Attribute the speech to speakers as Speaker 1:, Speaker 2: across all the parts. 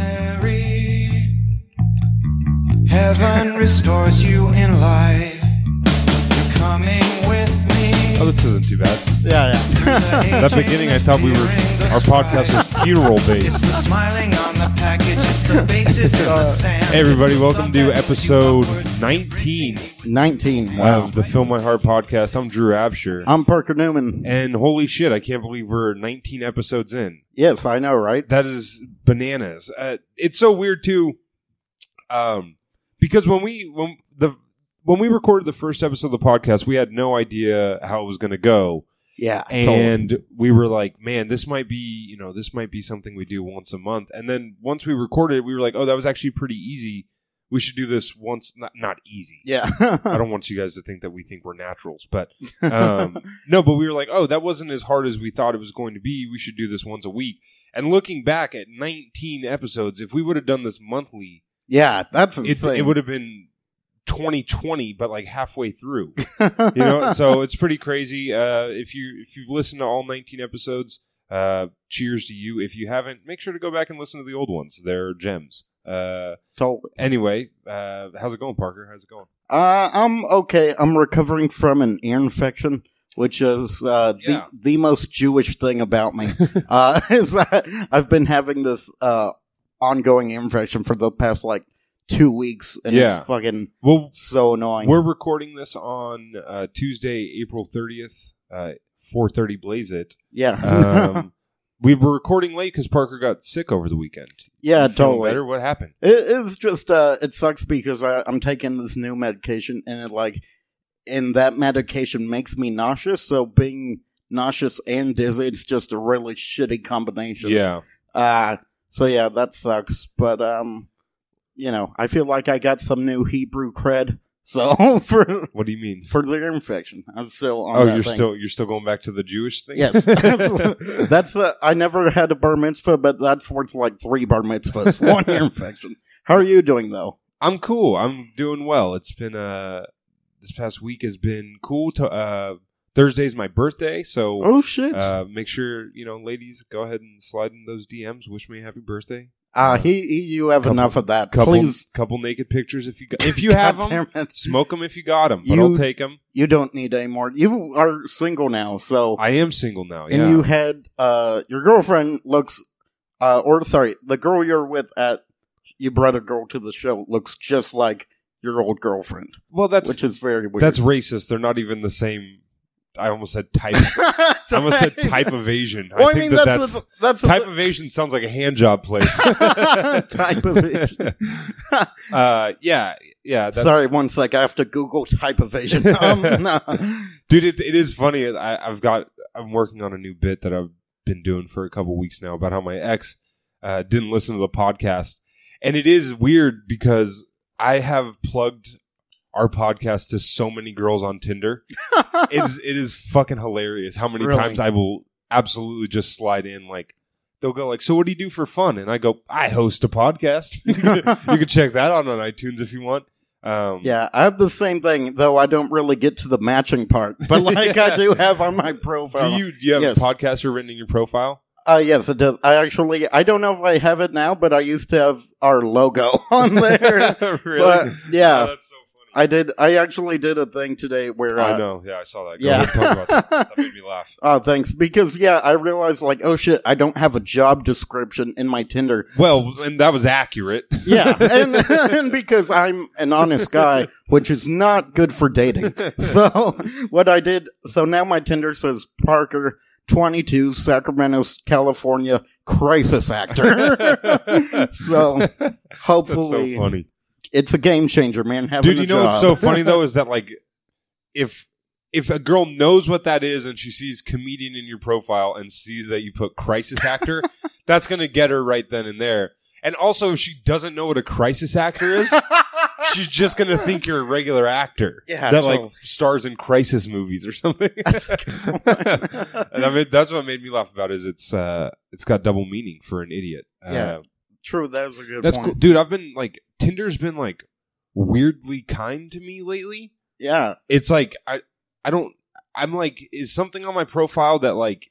Speaker 1: Rosemary, heaven restores you in life. You're coming with
Speaker 2: Oh,
Speaker 1: me.
Speaker 2: this isn't too bad.
Speaker 3: Yeah, yeah.
Speaker 2: That beginning, I thought we were our podcast was funeral
Speaker 1: It's
Speaker 2: based.
Speaker 1: the smiling on the package. It's the basis in the sand.
Speaker 2: Hey, everybody,
Speaker 1: It's the
Speaker 2: welcome
Speaker 1: thought
Speaker 2: to
Speaker 1: that puts you
Speaker 2: episode
Speaker 1: upward,
Speaker 2: 19
Speaker 3: 19. Wow.
Speaker 2: of the Fill My Heart podcast. I'm Drew Absher,
Speaker 3: I'm Parker Newman.
Speaker 2: and holy shit, I can't believe we're 19 episodes in.
Speaker 3: Yes, I know, right?
Speaker 2: That is bananas. Uh, it's so weird too, um, because when we when the when we recorded the first episode of the podcast, we had no idea how it was going to go.
Speaker 3: Yeah. totally.
Speaker 2: and we were like man this might be you know this might be something we do once a month and then once we recorded it we were like oh that was actually pretty easy we should do this once not not easy i
Speaker 3: Yeah.
Speaker 2: don't want you guys to think that we think we're naturals but um, no but we were like oh that wasn't as hard as we thought it was going to be we should do this once a week and looking back at 19 episodes if we would have done this monthly
Speaker 3: yeah, that's
Speaker 2: it,
Speaker 3: insane.
Speaker 2: it would have been 2020 but like halfway through you know so it's pretty crazy uh, if you if you've listened to all 19 episodes uh, cheers to you if you haven't make sure to go back and listen to the old ones they're gems uh,
Speaker 3: totally.
Speaker 2: anyway uh, how's it going parker how's it going
Speaker 3: Uh, I'm okay. I'm recovering from an ear infection, which is uh,
Speaker 2: Yeah.
Speaker 3: the the most Jewish thing about me. uh, is that I've been having this uh, ongoing ear infection for the past like two weeks, and
Speaker 2: Yeah.
Speaker 3: it's fucking
Speaker 2: well
Speaker 3: so annoying.
Speaker 2: we're recording this on uh, tuesday april 30th uh, 4.30 blaze it
Speaker 3: yeah,
Speaker 2: um, we were recording late because parker got sick over the weekend
Speaker 3: yeah,
Speaker 2: You feeling
Speaker 3: totally.
Speaker 2: better? what happened
Speaker 3: It, it's just uh, it sucks because I, I'm taking this new medication, and it like, and that medication makes me nauseous. So being nauseous and dizzy, it's just a really shitty combination.
Speaker 2: yeah
Speaker 3: Uh so yeah, that sucks. But um, you know, I feel like I got some new Hebrew cred. So for
Speaker 2: what do you mean
Speaker 3: for the ear infection, I'm still on.
Speaker 2: oh
Speaker 3: that
Speaker 2: you're
Speaker 3: thing.
Speaker 2: still you're still going back to the jewish thing
Speaker 3: Yes, absolutely. that's the. I never had a bar mitzvah, but that's worth like three bar mitzvahs. One ear infection. How are you doing though?
Speaker 2: I'm cool. I'm doing well. It's been uh this past week has been cool. To uh, Thursday's my birthday, so
Speaker 3: Oh shit!
Speaker 2: uh, make sure you know, ladies, go ahead and slide in those DMs. Wish me a happy birthday.
Speaker 3: Ah, he, he you have
Speaker 2: uh, Couple-
Speaker 3: enough of that.
Speaker 2: Couple
Speaker 3: Please,
Speaker 2: couple naked pictures if you got, if you have them.
Speaker 3: goddamn it.
Speaker 2: Smoke them if you got them, but
Speaker 3: You-
Speaker 2: I'll take them.
Speaker 3: you don't need any more. You are single now, so
Speaker 2: I am single now. Yeah,
Speaker 3: and you had uh your girlfriend looks, uh or sorry, the girl you're with at you brought a girl to the show looks just like your old girlfriend,
Speaker 2: well, that's
Speaker 3: which is very weird.
Speaker 2: that's racist. They're not even the same. I almost said type. I almost said type of Asian.
Speaker 3: Well, I,
Speaker 2: I think
Speaker 3: mean
Speaker 2: that that's,
Speaker 3: that's that's, that's,
Speaker 2: type of Asian sounds like a hand job place.
Speaker 3: Type of Asian.
Speaker 2: uh, yeah, yeah. That's,
Speaker 3: sorry, one sec. I have to Google type of Asian. Um, no.
Speaker 2: dude. It, it is funny. I, I've got. I'm working on a new bit that I've been doing for a couple weeks now about how my ex uh, didn't listen to the podcast, and it is weird because I have plugged our podcast to so many girls on Tinder. it is it is fucking hilarious how many
Speaker 3: Really?
Speaker 2: times I will absolutely just slide in like they'll go like so what do you do for fun and I go I host a podcast. you can check that out on iTunes if you want. Um,
Speaker 3: Yeah, I have the same thing, though I don't really get to the matching part. But like I do have on my
Speaker 2: Do
Speaker 3: profile.
Speaker 2: you do you have
Speaker 3: Yes.
Speaker 2: a podcaster written in your profile?
Speaker 3: uh yes, it does. I actually I don't know if I have it now, but I used to have our logo on there.
Speaker 2: really?
Speaker 3: But
Speaker 2: Oh,
Speaker 3: yeah.
Speaker 2: that's so funny.
Speaker 3: I did I actually did a thing today where
Speaker 2: I
Speaker 3: uh,
Speaker 2: know. Yeah, I saw that. Go
Speaker 3: Yeah.
Speaker 2: ahead, talk about that. That made me laugh.
Speaker 3: Oh, thanks. Because yeah, I realized like, oh shit, I don't have a job description in my Tinder.
Speaker 2: Well, and that was accurate.
Speaker 3: Yeah, and, and because I'm an honest guy, which is not good for dating. So what I did, so now my Tinder says Parker, 22, Sacramento, California, crisis actor. so
Speaker 2: That's so
Speaker 3: hopefully,
Speaker 2: funny,
Speaker 3: it's a game changer, man. Having
Speaker 2: dude.
Speaker 3: a
Speaker 2: You know what's so
Speaker 3: job.
Speaker 2: funny though is that like if if a girl knows what that is and she sees comedian in your profile and sees that you put crisis actor, that's gonna get her right then and there. And also, if she doesn't know what a crisis actor is, she's just gonna think you're a regular actor.
Speaker 3: Yeah,
Speaker 2: that
Speaker 3: totally.
Speaker 2: like stars in crisis movies or something. and I mean, that's what made me laugh about. Is it's uh, it's got double meaning for an idiot.
Speaker 3: Yeah,
Speaker 2: uh,
Speaker 3: True, that was a good
Speaker 2: that's
Speaker 3: point.
Speaker 2: cool, dude. I've been like Tinder's been like weirdly kind to me lately.
Speaker 3: Yeah,
Speaker 2: It's like I I don't I'm like is something on my profile that like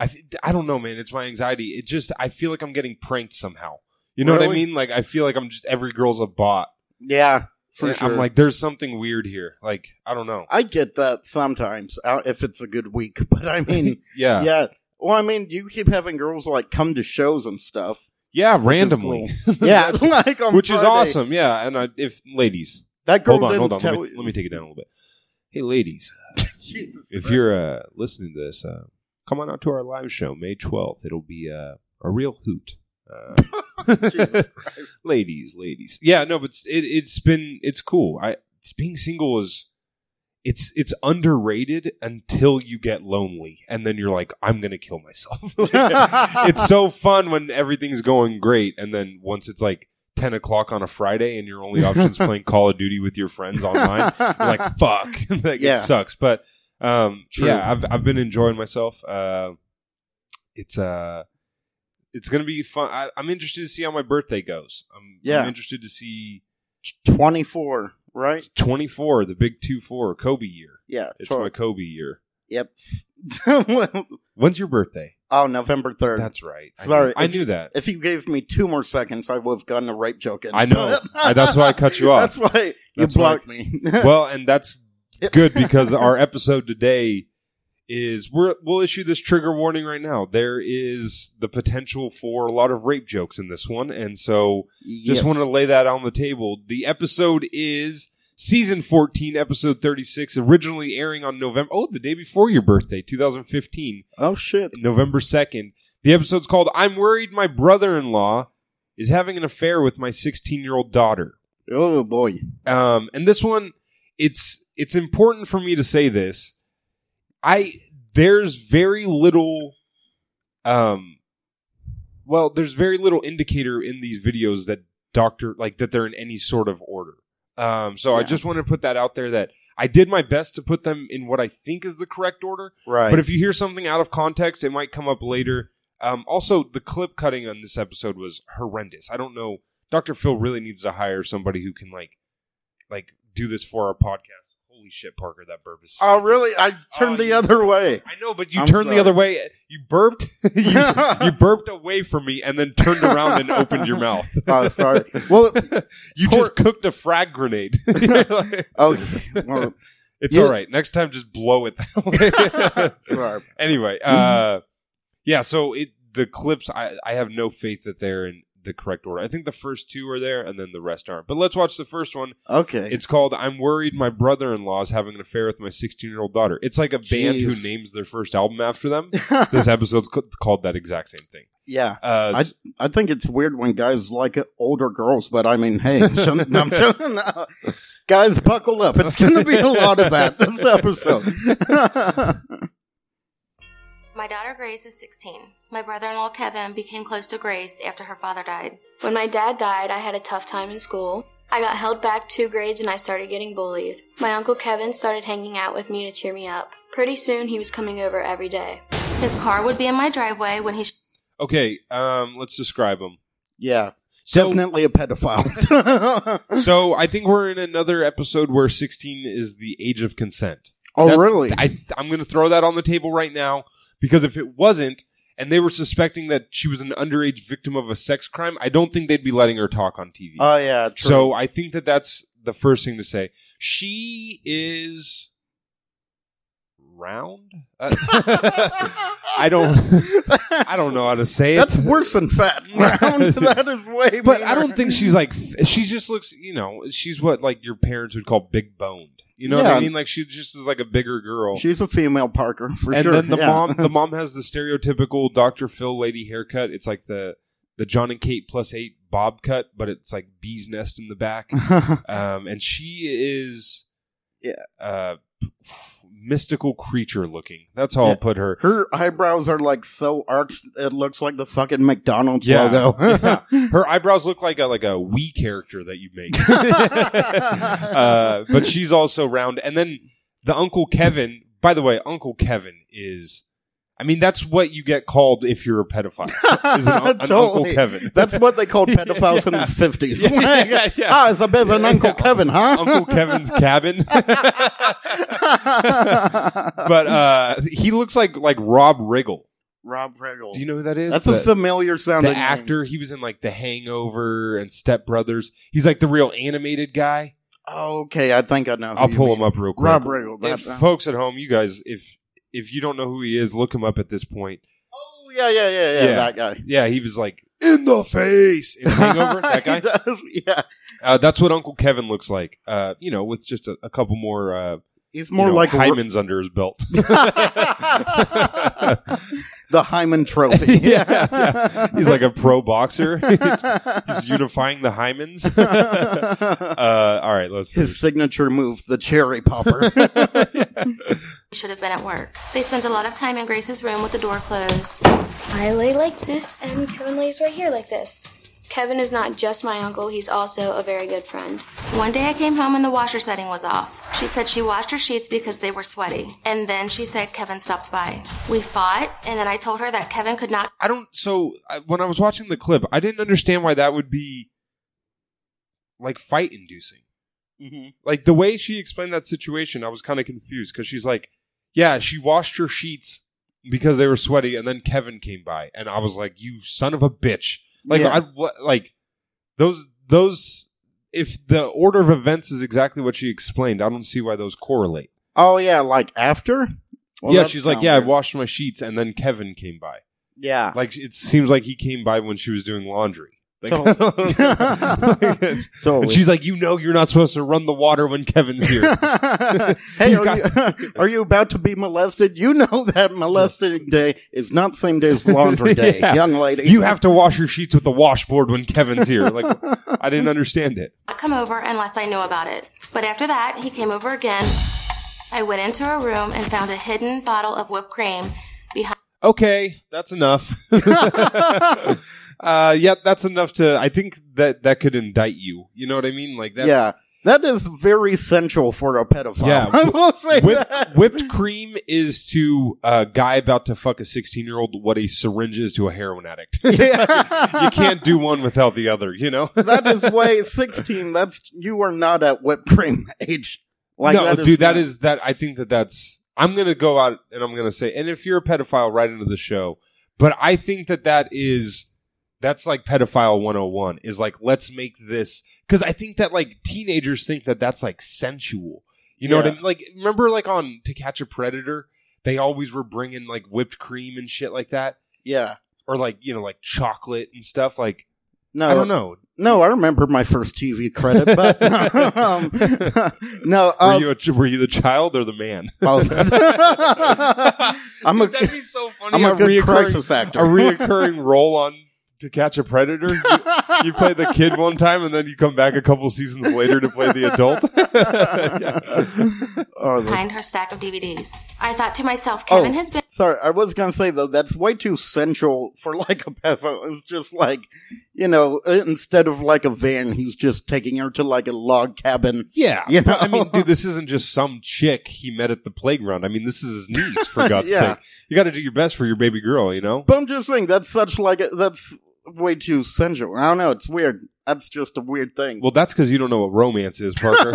Speaker 2: I th- I don't know, man. It's my anxiety. It just I feel like I'm getting pranked somehow. You know what I
Speaker 3: Really?
Speaker 2: mean? Like I feel like I'm just every girl's a bot.
Speaker 3: Yeah, for
Speaker 2: And
Speaker 3: sure.
Speaker 2: I'm like, there's something weird here. Like I don't know.
Speaker 3: I get that sometimes uh, if it's a good week, but I mean,
Speaker 2: Yeah, yeah,
Speaker 3: yeah. Well, I mean, you keep having girls like come to shows and stuff.
Speaker 2: randomly,
Speaker 3: Yeah, like on
Speaker 2: which is
Speaker 3: Friday.
Speaker 2: awesome. Yeah, and I, if ladies,
Speaker 3: That girl
Speaker 2: hold on,
Speaker 3: didn't
Speaker 2: hold on. Let
Speaker 3: tell
Speaker 2: me,
Speaker 3: you.
Speaker 2: let me take it down a little bit. Hey, ladies,
Speaker 3: Jesus
Speaker 2: if
Speaker 3: Christ.
Speaker 2: you're uh, listening to this, uh, come on out to our live show May 12th. It'll be uh, a real hoot. Uh,
Speaker 3: Jesus Christ.
Speaker 2: ladies, ladies. Yeah, no, but it's- it, it's been it's cool. I it's, being single is it's it's underrated until you get lonely, and then you're like, I'm gonna kill myself. it's so fun when everything's going great, and then once it's like. 10 o'clock on a Friday, and your only option is playing Call of Duty with your friends online. You're like fuck like
Speaker 3: Yeah.
Speaker 2: it sucks but um
Speaker 3: True.
Speaker 2: yeah i've i've been enjoying myself uh it's uh it's gonna be fun I, i'm interested to see how my birthday goes i'm,
Speaker 3: Yeah.
Speaker 2: I'm interested to see
Speaker 3: 24, right?
Speaker 2: 24 the big 2-4 kobe year
Speaker 3: Yeah.
Speaker 2: it's
Speaker 3: tw-
Speaker 2: my kobe year
Speaker 3: Yep.
Speaker 2: when's your birthday
Speaker 3: oh, November 3rd.
Speaker 2: that's right I knew-
Speaker 3: Sorry.
Speaker 2: i knew that
Speaker 3: if you gave me two more seconds, I would have gotten a rape joke in.
Speaker 2: I know. I- that's why I cut you off.
Speaker 3: That's why you
Speaker 2: That's why-
Speaker 3: blocked me.
Speaker 2: well, and that's it's good because our episode today is we're, we'll issue this trigger warning right now. There is the potential for a lot of rape jokes in this one, and so just wanted to lay that on the table. The episode is season 14, episode 36, originally airing on November oh, the day before your birthday, 2015,
Speaker 3: Oh shit.
Speaker 2: November 2nd. The episode's called I'm Worried My Brother-in-Law is Having an Affair with My 16-Year-Old Daughter.
Speaker 3: Oh boy.
Speaker 2: Um, and this one, it's it's important for me to say this. I there's very little, um, well, there's very little indicator in these videos that doctor like that they're in any sort of order. Um, so I
Speaker 3: Yeah.
Speaker 2: just wanted to put that out there that I did my best to put them in what I think is the correct order.
Speaker 3: Right.
Speaker 2: But if you hear something out of context, it might come up later. Um, also, the clip cutting on this episode was horrendous. I don't know. Dr. Phil really needs to hire somebody who can like, like do this for our podcast. Holy shit, Parker, that burp is.
Speaker 3: oh really? I turned
Speaker 2: Oh,
Speaker 3: the
Speaker 2: you-
Speaker 3: other way.
Speaker 2: I know, but you
Speaker 3: I'm
Speaker 2: turned
Speaker 3: sorry.
Speaker 2: the other way. You burped. you, you burped away from me and then turned around and opened your mouth.
Speaker 3: oh sorry. Well
Speaker 2: You
Speaker 3: Poor-
Speaker 2: just cooked a frag grenade. You're like,
Speaker 3: okay. oh, Well,
Speaker 2: it's
Speaker 3: You-
Speaker 2: all right. Next time, just blow it that way.
Speaker 3: sorry.
Speaker 2: anyway,
Speaker 3: Mm-hmm.
Speaker 2: uh, yeah. So it the clips. I I have no faith that they're in the correct order. I think the first two are there, and then the rest aren't. But let's watch the first one.
Speaker 3: Okay.
Speaker 2: It's called "I'm Worried My Brother-in-Law is Having an Affair with My 16-Year-Old Daughter." It's like a band who
Speaker 3: Jeez.
Speaker 2: names their first album after them. this episode's ca- called that exact same thing.
Speaker 3: yeah.
Speaker 2: Uh, s-
Speaker 3: I think it's weird when guys like older girls, but I mean, hey, some, I'm sure- no. guys, buckle up. It's going to be a lot of that this episode.
Speaker 4: My daughter Grace is 16. My brother in law Kevin became close to Grace after her father died. When my dad died, I had a tough time in school. I got held back two grades and I started getting bullied. My uncle Kevin started hanging out with me to cheer me up. Pretty soon, he was coming over every day. His car would be in my driveway when he
Speaker 2: okay, um, let's describe them.
Speaker 3: yeah,
Speaker 2: So,
Speaker 3: definitely a pedophile.
Speaker 2: so I think we're in another episode where 16 is the age of consent.
Speaker 3: oh,
Speaker 2: That's-
Speaker 3: really?
Speaker 2: I, I'm going to throw that on the table right now because if it wasn't, and they were suspecting that she was an underage victim of a sex crime, I don't think they'd be letting her talk on TV.
Speaker 3: oh, yeah. True.
Speaker 2: so I think that that's the first thing to say. She is round. Uh, I don't. I don't know how to say it.
Speaker 3: That's worse than fat. Round. that is way.
Speaker 2: but I don't
Speaker 3: meaner.
Speaker 2: think she's like. She just looks. You know, she's what like your parents would call big boned. You know what
Speaker 3: Yeah.
Speaker 2: I mean? Like she just is like a bigger girl.
Speaker 3: she's a female Parker for
Speaker 2: and
Speaker 3: sure.
Speaker 2: then the
Speaker 3: Yeah.
Speaker 2: mom, the mom has the stereotypical Dr. Phil lady haircut. It's like the the John and Kate plus eight bob cut, but it's like bee's nest in the back. Um, and she is,
Speaker 3: Yeah.
Speaker 2: uh, mystical creature looking. That's how
Speaker 3: Yeah.
Speaker 2: I'll put her.
Speaker 3: her eyebrows are like so arched; it looks like the fucking McDonald's
Speaker 2: Yeah.
Speaker 3: logo.
Speaker 2: Yeah. Her eyebrows look like a like a wee character that you make. uh, but she's also round. And then the Uncle Kevin. By the way, Uncle Kevin is. I mean, that's what you get called if you're a pedophile. Is an, an Uncle
Speaker 3: Totally.
Speaker 2: Kevin.
Speaker 3: That's what they called pedophiles in the fifties.
Speaker 2: Yeah, yeah, yeah.
Speaker 3: Ah, it's a bit of an
Speaker 2: Yeah,
Speaker 3: Uncle
Speaker 2: yeah.
Speaker 3: Kevin, huh?
Speaker 2: Uncle Kevin's cabin. but uh, he looks like like Rob Riggle.
Speaker 3: Rob Riggle.
Speaker 2: Do you know who that is?
Speaker 3: That's
Speaker 2: the,
Speaker 3: a familiar sounding
Speaker 2: the
Speaker 3: name.
Speaker 2: actor. He was in like The Hangover and Step Brothers. He's like the real animated guy.
Speaker 3: Oh, okay, I think I know. who
Speaker 2: I'll
Speaker 3: you
Speaker 2: pull
Speaker 3: mean.
Speaker 2: him up real quick.
Speaker 3: Rob Riggle. That,
Speaker 2: if folks at home, you guys, if if you don't know who he is, look him up at this point.
Speaker 3: oh yeah, yeah, yeah, yeah,
Speaker 2: Yeah.
Speaker 3: that guy.
Speaker 2: Yeah, he was like in the face in Hangover. that
Speaker 3: He
Speaker 2: guy.
Speaker 3: does, yeah,
Speaker 2: Uh, that's what Uncle Kevin looks like. Uh, you know, with just a, a couple more, uh,
Speaker 3: he's
Speaker 2: you
Speaker 3: more
Speaker 2: know,
Speaker 3: like a ro-
Speaker 2: hymens under his belt.
Speaker 3: the Hyman Trophy.
Speaker 2: yeah, yeah. he's like a pro boxer. He's unifying the hymens. uh, all right, let's.
Speaker 3: His signature move, the cherry popper.
Speaker 4: should have been at work. They spent a lot of time in Grace's room with the door closed.
Speaker 5: I lay like this, and Kevin lays right here like this.
Speaker 4: Kevin is not just my uncle, he's also a very good friend. One day I came home and the washer setting was off. She said she washed her sheets because they were sweaty. And then she said Kevin stopped by. We fought, and then I told her that Kevin could not
Speaker 2: I don't. So I, when I was watching the clip, I didn't understand why that would be like fight inducing.
Speaker 3: Mm-hmm.
Speaker 2: Like the way she explained that situation, I was kind of confused because she's like, "Yeah, she washed her sheets because they were sweaty, and then Kevin came by, and I was like, you son of a bitch!" Like
Speaker 3: Yeah.
Speaker 2: I what like those those. If the order of events is exactly what she explained, I don't see why those correlate.
Speaker 3: Oh yeah, like after. Well,
Speaker 2: yeah,
Speaker 3: that
Speaker 2: she's like,
Speaker 3: sounds
Speaker 2: yeah, I
Speaker 3: weird.
Speaker 2: washed my sheets, and then Kevin came by.
Speaker 3: yeah.
Speaker 2: Like it seems like he came by when she was doing laundry. Like,
Speaker 3: Totally.
Speaker 2: and she's like, you know, you're not supposed to run the water when Kevin's here.
Speaker 3: hey,
Speaker 2: He's
Speaker 3: are,
Speaker 2: got-
Speaker 3: you, are you about to be molested? You know that molesting day is not the same day as laundry day,
Speaker 2: Yeah.
Speaker 3: young lady.
Speaker 2: you have to wash your sheets with the washboard when Kevin's here. Like, I didn't understand it.
Speaker 4: come over unless I knew about it. But after that, he came over again. I went into her room and found a hidden bottle of whipped cream behind
Speaker 2: Okay, that's enough. uh, yep, that's enough to. I think that that could indict you. You know what I mean? Like, that's,
Speaker 3: yeah, that is very central for a pedophile.
Speaker 2: Yeah.
Speaker 3: I will say
Speaker 2: Whip,
Speaker 3: that.
Speaker 2: whipped cream is to a guy about to fuck a 16 year old what a syringe is to a heroin addict. you can't do one without the other, you know?
Speaker 3: that is way sixteen. That's you are not at whipped cream age. Like
Speaker 2: no, dude, that
Speaker 3: not-
Speaker 2: is that. I think that that's. I'm gonna go out and I'm gonna say, and if you're a pedophile, right into the show. But I think that that is that's like pedophile 101 is like let's make this because I think that like teenagers think that that's like sensual. You know what I
Speaker 3: Yeah.
Speaker 2: mean? Like remember like on To Catch a Predator, they always were bringing like whipped cream and shit like that,
Speaker 3: yeah.
Speaker 2: or like you know like chocolate and stuff. Like
Speaker 3: No,
Speaker 2: I don't know.
Speaker 3: No, I remember my first TV credit, but um, no,
Speaker 2: Were
Speaker 3: um,
Speaker 2: you a, were you the child or the man?
Speaker 3: I was- I'm a-
Speaker 2: Dude, that'd be so funny.
Speaker 3: I'm a good
Speaker 2: reoccurring-
Speaker 3: crisis actor.
Speaker 2: a reoccurring role on to catch a predator. You, you play the kid one time, and then you come back a couple seasons later to play the adult. Yeah.
Speaker 3: Oh, the-
Speaker 4: her stack of DVDs. I thought to myself, Kevin
Speaker 3: Oh.
Speaker 4: has been
Speaker 3: Sorry, I was gonna say though that's way too central for like a pedo. It's just like, you know, instead of like a van, he's just taking her to like a log cabin.
Speaker 2: Yeah,
Speaker 3: You
Speaker 2: but, I mean,
Speaker 3: know?
Speaker 2: dude, this isn't just some chick he met at the playground. I mean, this is his niece. For God's
Speaker 3: Yeah.
Speaker 2: sake, you got to do your best for your baby girl. You know.
Speaker 3: But I'm just saying that's such like a, that's way too central. I don't know. It's weird. That's just a weird thing.
Speaker 2: Well, that's because you don't know what romance is, Parker.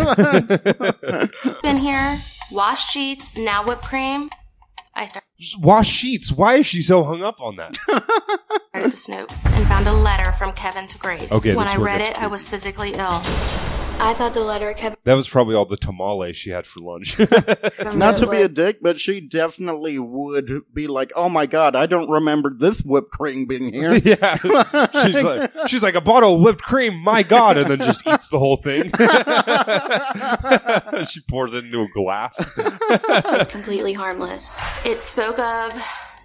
Speaker 4: been here, washed sheets, now whipped cream. I started
Speaker 2: Wash sheets. Why is she so hung up on that?
Speaker 4: to snoop and found a letter from Kevin to Grace.
Speaker 2: Okay,
Speaker 4: when
Speaker 2: this
Speaker 4: I
Speaker 2: one
Speaker 4: read
Speaker 2: gets
Speaker 4: it, I
Speaker 2: creepy.
Speaker 4: was physically ill.
Speaker 5: I thought the letter Kevin
Speaker 2: That was probably all the tamale she had for lunch.
Speaker 3: Not to be a dick, but she definitely would be like, "Oh my god, I don't remember this whipped cream being here."
Speaker 2: yeah. She's like, she's like a bottle of whipped cream, my God, and then just eats the whole thing. she pours it into a glass.
Speaker 5: was completely harmless.
Speaker 4: It spoke of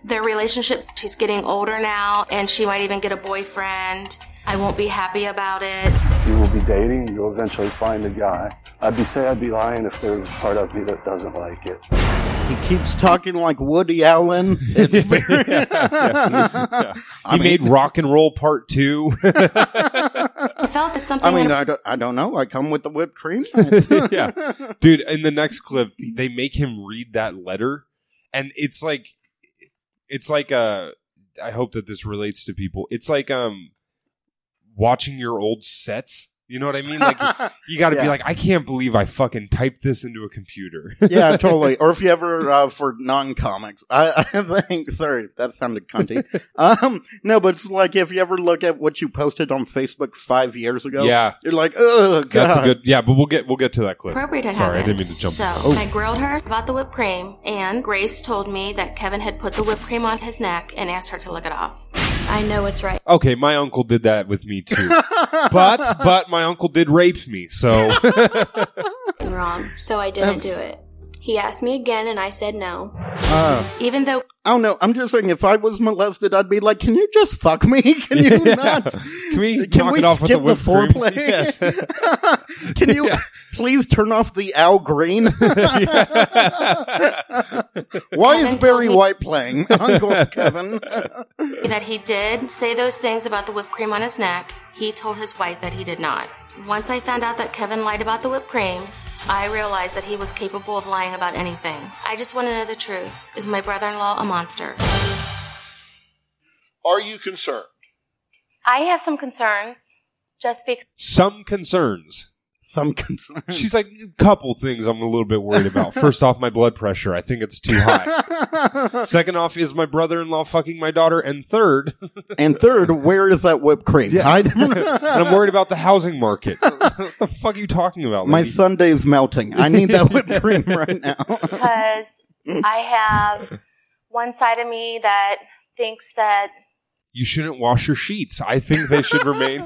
Speaker 4: their relationship. She's getting older now, and she might even get a boyfriend. I won't be happy about it.
Speaker 6: You will be dating, you'll eventually find a guy. I'd be say I'd be lying if there was part of me that doesn't like it.
Speaker 3: he keeps talking like Woody Allen. It's very
Speaker 2: he made rock and roll part two.
Speaker 4: I felt that something
Speaker 3: I mean,
Speaker 4: in-
Speaker 3: I don't, I don't know. I come with the whipped cream.
Speaker 2: yeah. Dude, in the next clip, they make him read that letter. And it's like, it's like, uh, I hope that this relates to people. It's like, um, watching your old sets. You know what I mean? Like you got to be
Speaker 3: Yeah.
Speaker 2: like, I can't believe I fucking typed this into a computer.
Speaker 3: yeah, totally. Or if you ever uh, for non-comics, I, I think. Sorry, that sounded cunty. Um, no, but it's like if you ever look at what you posted on Facebook five years ago,
Speaker 2: yeah,
Speaker 3: you're like, oh god,
Speaker 2: that's a good. Yeah, but we'll get we'll get to that clip.
Speaker 4: Appropriate had
Speaker 2: Sorry, I
Speaker 4: happened.
Speaker 2: didn't mean to jump. Oh.
Speaker 4: So I grilled her about the whipped cream, and Grace told me that Kevin had put the whipped cream on his neck and asked her to lick it off. I know it's right.
Speaker 2: Okay, my uncle did that with me too. but but my uncle did rape me. So
Speaker 4: and wrong, so I
Speaker 3: That's-
Speaker 4: didn't do it.
Speaker 5: He asked me again, and I said no.
Speaker 3: Uh,
Speaker 4: Even though
Speaker 3: I don't know. I'm just saying, if I was molested, I'd be like, can you just fuck me? Can you
Speaker 2: Yeah.
Speaker 3: not?
Speaker 2: Can we
Speaker 3: Can
Speaker 2: knock
Speaker 3: we
Speaker 2: it off with
Speaker 3: skip
Speaker 2: the whipped cream?
Speaker 3: foreplay?
Speaker 2: Yes.
Speaker 3: Can you
Speaker 2: Yeah.
Speaker 3: please turn off the Al Green? Why is
Speaker 4: Kevin told
Speaker 3: Barry
Speaker 4: me-
Speaker 3: White playing Uncle Kevin?
Speaker 4: that he did say those things about the whipped cream on his neck, he told his wife that he did not. Once I found out that Kevin lied about the whipped cream, I realized that he was capable of lying about anything. I just want to know the truth. Is my brother in law a monster?
Speaker 7: Are you concerned?
Speaker 4: I have some concerns. Just because.
Speaker 2: Some concerns.
Speaker 3: Some concern.
Speaker 2: She's like, a couple things I'm a little bit worried about. First off, my blood pressure. I think it's too high. Second off, is my brother in law fucking my daughter? And third,
Speaker 3: and third, where is that whipped cream? I don't know.
Speaker 2: and I'm worried about the housing market. what the fuck are you talking about?
Speaker 3: My
Speaker 2: lady?
Speaker 3: Sunday's melting. I need that whipped cream right now.
Speaker 8: because I have one side of me that thinks that
Speaker 2: You shouldn't wash your sheets. I think they should remain.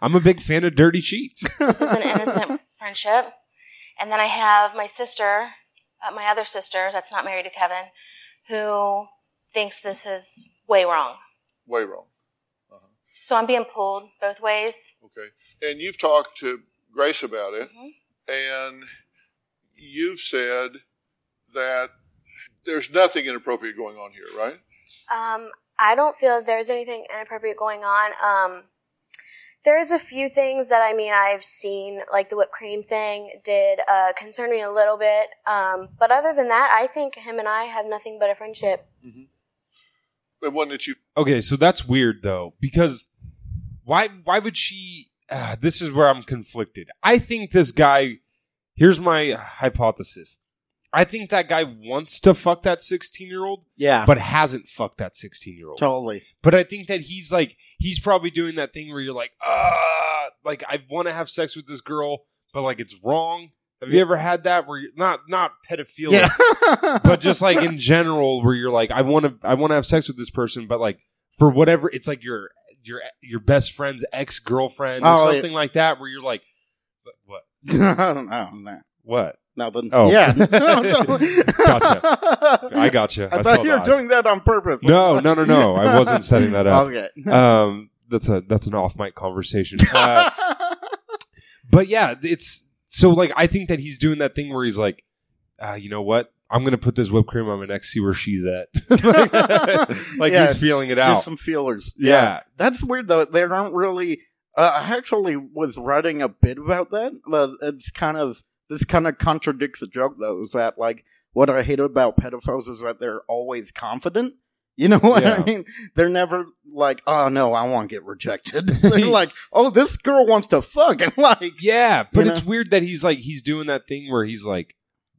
Speaker 2: I'm a big fan of dirty sheets.
Speaker 8: this is an innocent friendship. And then I have my sister, uh, my other sister that's not married to Kevin, who thinks this is way wrong.
Speaker 7: Way wrong.
Speaker 8: So I'm being pulled both ways.
Speaker 7: Okay. And you've talked to Grace about it,
Speaker 8: Mhm.
Speaker 7: and you've said that there's nothing inappropriate going on here, right?
Speaker 5: Um, I don't feel that there's anything inappropriate going on. Um, there's a few things that I mean I've seen, like the whipped cream thing, did uh, concern me a little bit. Um, but other than that, I think him and I have nothing but a friendship.
Speaker 7: The one that you
Speaker 2: Okay, so that's weird though, because why why would she? Uh, this is where I'm conflicted. I think this guy. Here's my hypothesis. I think that guy wants to fuck that 16 year old,
Speaker 3: yeah,
Speaker 2: but hasn't fucked that 16 year old.
Speaker 3: totally.
Speaker 2: But I think that he's like he's probably doing that thing where you're like, ah, like I want to have sex with this girl, but like it's wrong. Have you ever had that where you're not not pedophilia,
Speaker 3: Yeah.
Speaker 2: but just like in general where you're like i want to i want to have sex with this person but like for whatever it's like your your your best friend's ex-girlfriend
Speaker 3: Oh,
Speaker 2: or
Speaker 3: yeah.
Speaker 2: something like that where you're like "But what
Speaker 3: I don't know.
Speaker 2: what
Speaker 3: No, then,
Speaker 2: Oh.
Speaker 3: yeah. No, totally.
Speaker 2: Gotcha. i got you
Speaker 3: I thought you were doing that on purpose.
Speaker 2: no no no no i wasn't setting that up
Speaker 3: Okay.
Speaker 2: um that's a that's an off mic conversation uh, but yeah it's so like i think that he's doing that thing where he's like uh, you know what i'm gonna put this whipped cream on my neck see where she's at like
Speaker 3: Yeah,
Speaker 2: he's feeling it out
Speaker 3: Just some feelers.
Speaker 2: yeah
Speaker 3: That's weird though. There aren't really. Uh, I actually was writing a bit about that, but it's kind of this kind of contradicts the joke though. Is that like what I hate about pedophiles is that they're always confident. You know what
Speaker 2: Yeah.
Speaker 3: I mean? They're never like, oh no, I won't get rejected. they're like, oh, this girl wants to fuck, and like,
Speaker 2: Yeah, but
Speaker 3: You
Speaker 2: it's weird that he's like he's doing that thing where he's like,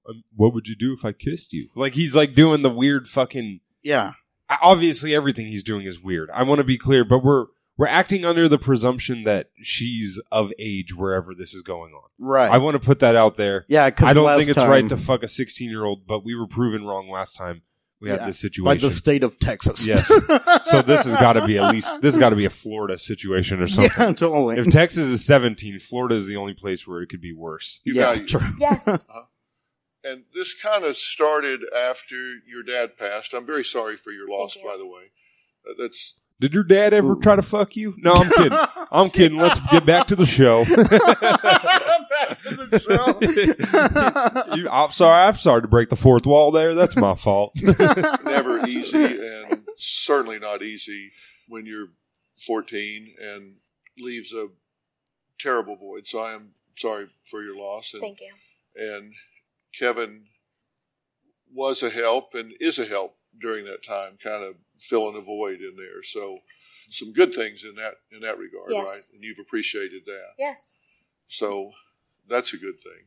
Speaker 2: um, "What would you do if I kissed you?" Like he's like doing the weird fucking.
Speaker 3: yeah,
Speaker 2: I- Obviously, everything he's doing is weird. I want to be clear, but we're we're acting under the presumption that she's of age wherever this is going on.
Speaker 3: right,
Speaker 2: I want to put that out there.
Speaker 3: yeah. 'cause
Speaker 2: I don't
Speaker 3: last
Speaker 2: think it's
Speaker 3: time,
Speaker 2: right to fuck a sixteen-year-old, but we were proven wrong last time we had
Speaker 3: Yeah,
Speaker 2: this
Speaker 3: by
Speaker 2: situation.
Speaker 3: the state of Texas.
Speaker 2: Yes. so this has got to be at least this has got to be a Florida situation or something.
Speaker 3: yeah, totally.
Speaker 2: If Texas is seventeen, Florida is the only place where it could be worse.
Speaker 7: you
Speaker 3: yeah,
Speaker 7: value.
Speaker 3: true.
Speaker 5: Yes.
Speaker 7: And this kind of started after your dad passed. I'm very sorry for your loss, by the way. Uh, That's
Speaker 2: Did your dad ever try to fuck you? No, I'm kidding. I'm kidding. Let's get back to the show.
Speaker 3: Back to the show.
Speaker 2: You- I'm sorry. I'm sorry to break the fourth wall there. That's my fault.
Speaker 7: never easy and certainly not easy when you're 14 and leaves a terrible void. So I am sorry for your loss. And,
Speaker 5: Thank you.
Speaker 7: and Kevin was a help and is a help during that time, kind of filling a void in there. So some good things in that in that regard,
Speaker 5: Yes.
Speaker 7: right? And you've appreciated that.
Speaker 5: Yes.
Speaker 7: So that's a good thing.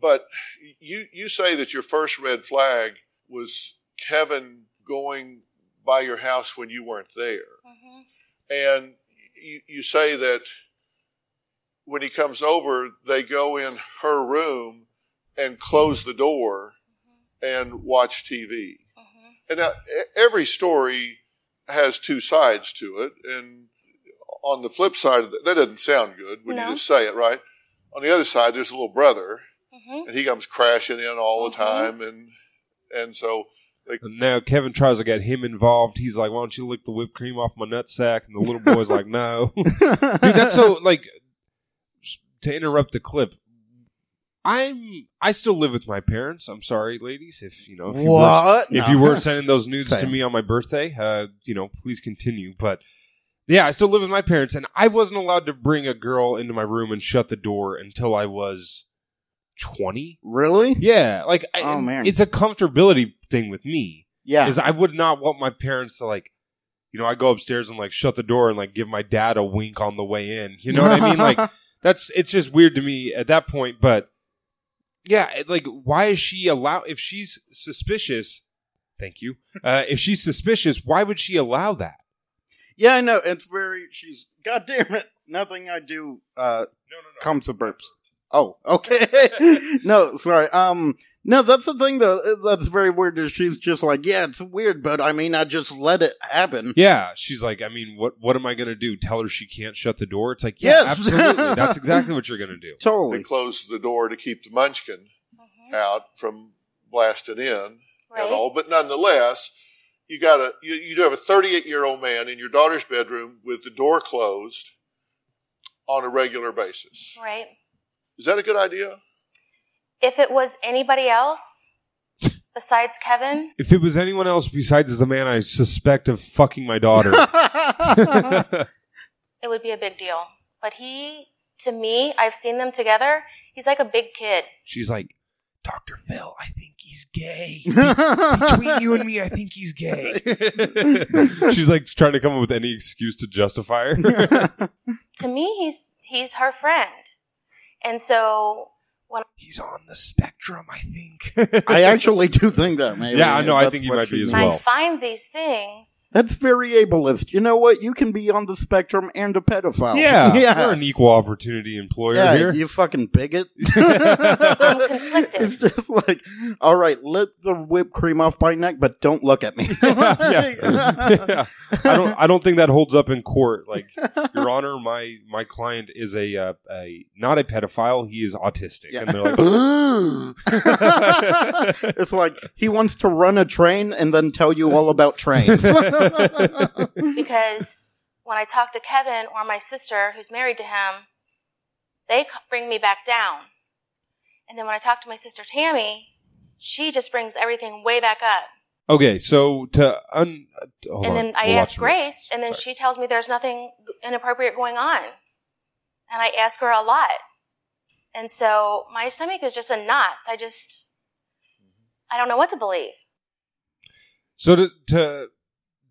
Speaker 7: But you you say that your first red flag was Kevin going by your house when you weren't there.
Speaker 8: Mm-hmm.
Speaker 7: And you, you say that when he comes over, they go in her room and close the door and watch TV.
Speaker 8: Mm-hmm.
Speaker 7: And now, e- every story has two sides to it. And on the flip side of that, that doesn't sound good when
Speaker 8: No.
Speaker 7: you just say it, right? On the other side, there's a little brother,
Speaker 8: Mm-hmm.
Speaker 7: and he comes crashing in all the
Speaker 8: Mhm.
Speaker 7: time. And and so,
Speaker 2: Now Kevin tries to get him involved. He's like, "Why don't you lick the whipped cream off my nutsack?" And the little boy's like, "No, dude, that's so like." To interrupt the clip, I'm I still live with my parents. I'm sorry, ladies, if you know if you were
Speaker 3: what?
Speaker 2: if you were sending those nudes to
Speaker 3: Same.
Speaker 2: me on my birthday, uh, you know, please continue. But yeah, I still live with my parents, and I wasn't allowed to bring a girl into my room and shut the door until I was twenty.
Speaker 3: really,
Speaker 2: Yeah, like I,
Speaker 3: Oh, man.
Speaker 2: it's a comfortability thing with me
Speaker 3: yeah,
Speaker 2: because I would not want my parents to like, you know, I go upstairs and like shut the door and like give my dad a wink on the way in. You know what I mean? Like that's it's just weird to me at that point but yeah it- like why is she allow if she's suspicious thank you uh, if she's suspicious why would she allow that
Speaker 3: yeah, I know. It's very. She's. God damn it! Nothing I do uh,
Speaker 2: no no
Speaker 3: comes to burps. Oh, okay. no, sorry. Um, no, that's the thing though. Uh, That's very weird. Is she's just like, yeah, it's weird, but I mean, I just let it happen.
Speaker 2: yeah she's like i mean what what am i gonna do tell her she can't shut the door it's like yeah
Speaker 3: Yes.
Speaker 2: absolutely that's exactly what you're gonna do
Speaker 7: they
Speaker 3: Totally.
Speaker 7: close the door to keep the munchkin
Speaker 8: Mm-hmm.
Speaker 7: out from blasting in
Speaker 8: Right.
Speaker 7: at all. But nonetheless, you got a you, you do have a 38 year old man in your daughter's bedroom with the door closed on a regular basis.
Speaker 8: Right.
Speaker 7: Is that a good idea?
Speaker 8: If it was anybody else besides Kevin,
Speaker 2: if it was anyone else besides the man i suspect of fucking my daughter
Speaker 8: it would be a big deal. But he, to me, I've seen them together. He's like a big kid.
Speaker 2: she's like dr phil i think he's gay
Speaker 3: Between
Speaker 2: between you and me, I think he's gay. She's like trying to come up with any excuse to justify her.
Speaker 8: To me, he's he's her friend, and so
Speaker 2: he's on the spectrum, I think.
Speaker 3: I actually do think that. Maybe.
Speaker 2: Yeah, I know, I
Speaker 3: That's
Speaker 2: think you
Speaker 3: what
Speaker 2: might be
Speaker 3: she
Speaker 2: as
Speaker 3: meant.
Speaker 2: well.
Speaker 8: I find these things.
Speaker 3: That's very ableist. You know what? You can be on the spectrum and a pedophile.
Speaker 2: yeah,
Speaker 3: yeah.
Speaker 2: we're an equal opportunity employer
Speaker 3: Yeah,
Speaker 2: here.
Speaker 3: you fucking bigot.
Speaker 8: I'm conflicted.
Speaker 3: It's just like, all right, let the whipped cream off my neck, but don't look at me.
Speaker 2: yeah. Yeah. I don't. I don't think that holds up in court. Like, Your Honor, my my client is a uh, a not a pedophile. He is autistic,
Speaker 3: Yeah.
Speaker 2: and they're like,
Speaker 3: it's like he wants to run a train and then tell you all about trains.
Speaker 8: because when I talk to Kevin or my sister who's married to him, they c- bring me back down. And then when I talk to my sister Tammy, she just brings everything way back up.
Speaker 2: okay. So to un, uh, hold
Speaker 8: and
Speaker 2: on,
Speaker 8: then I
Speaker 2: we're watching
Speaker 8: ask
Speaker 2: this.
Speaker 8: Grace, and then
Speaker 2: Sorry.
Speaker 8: she tells me there's nothing inappropriate going on. And I ask her a lot. And so my stomach is just in knots. I just, I don't know what to believe.
Speaker 2: So to to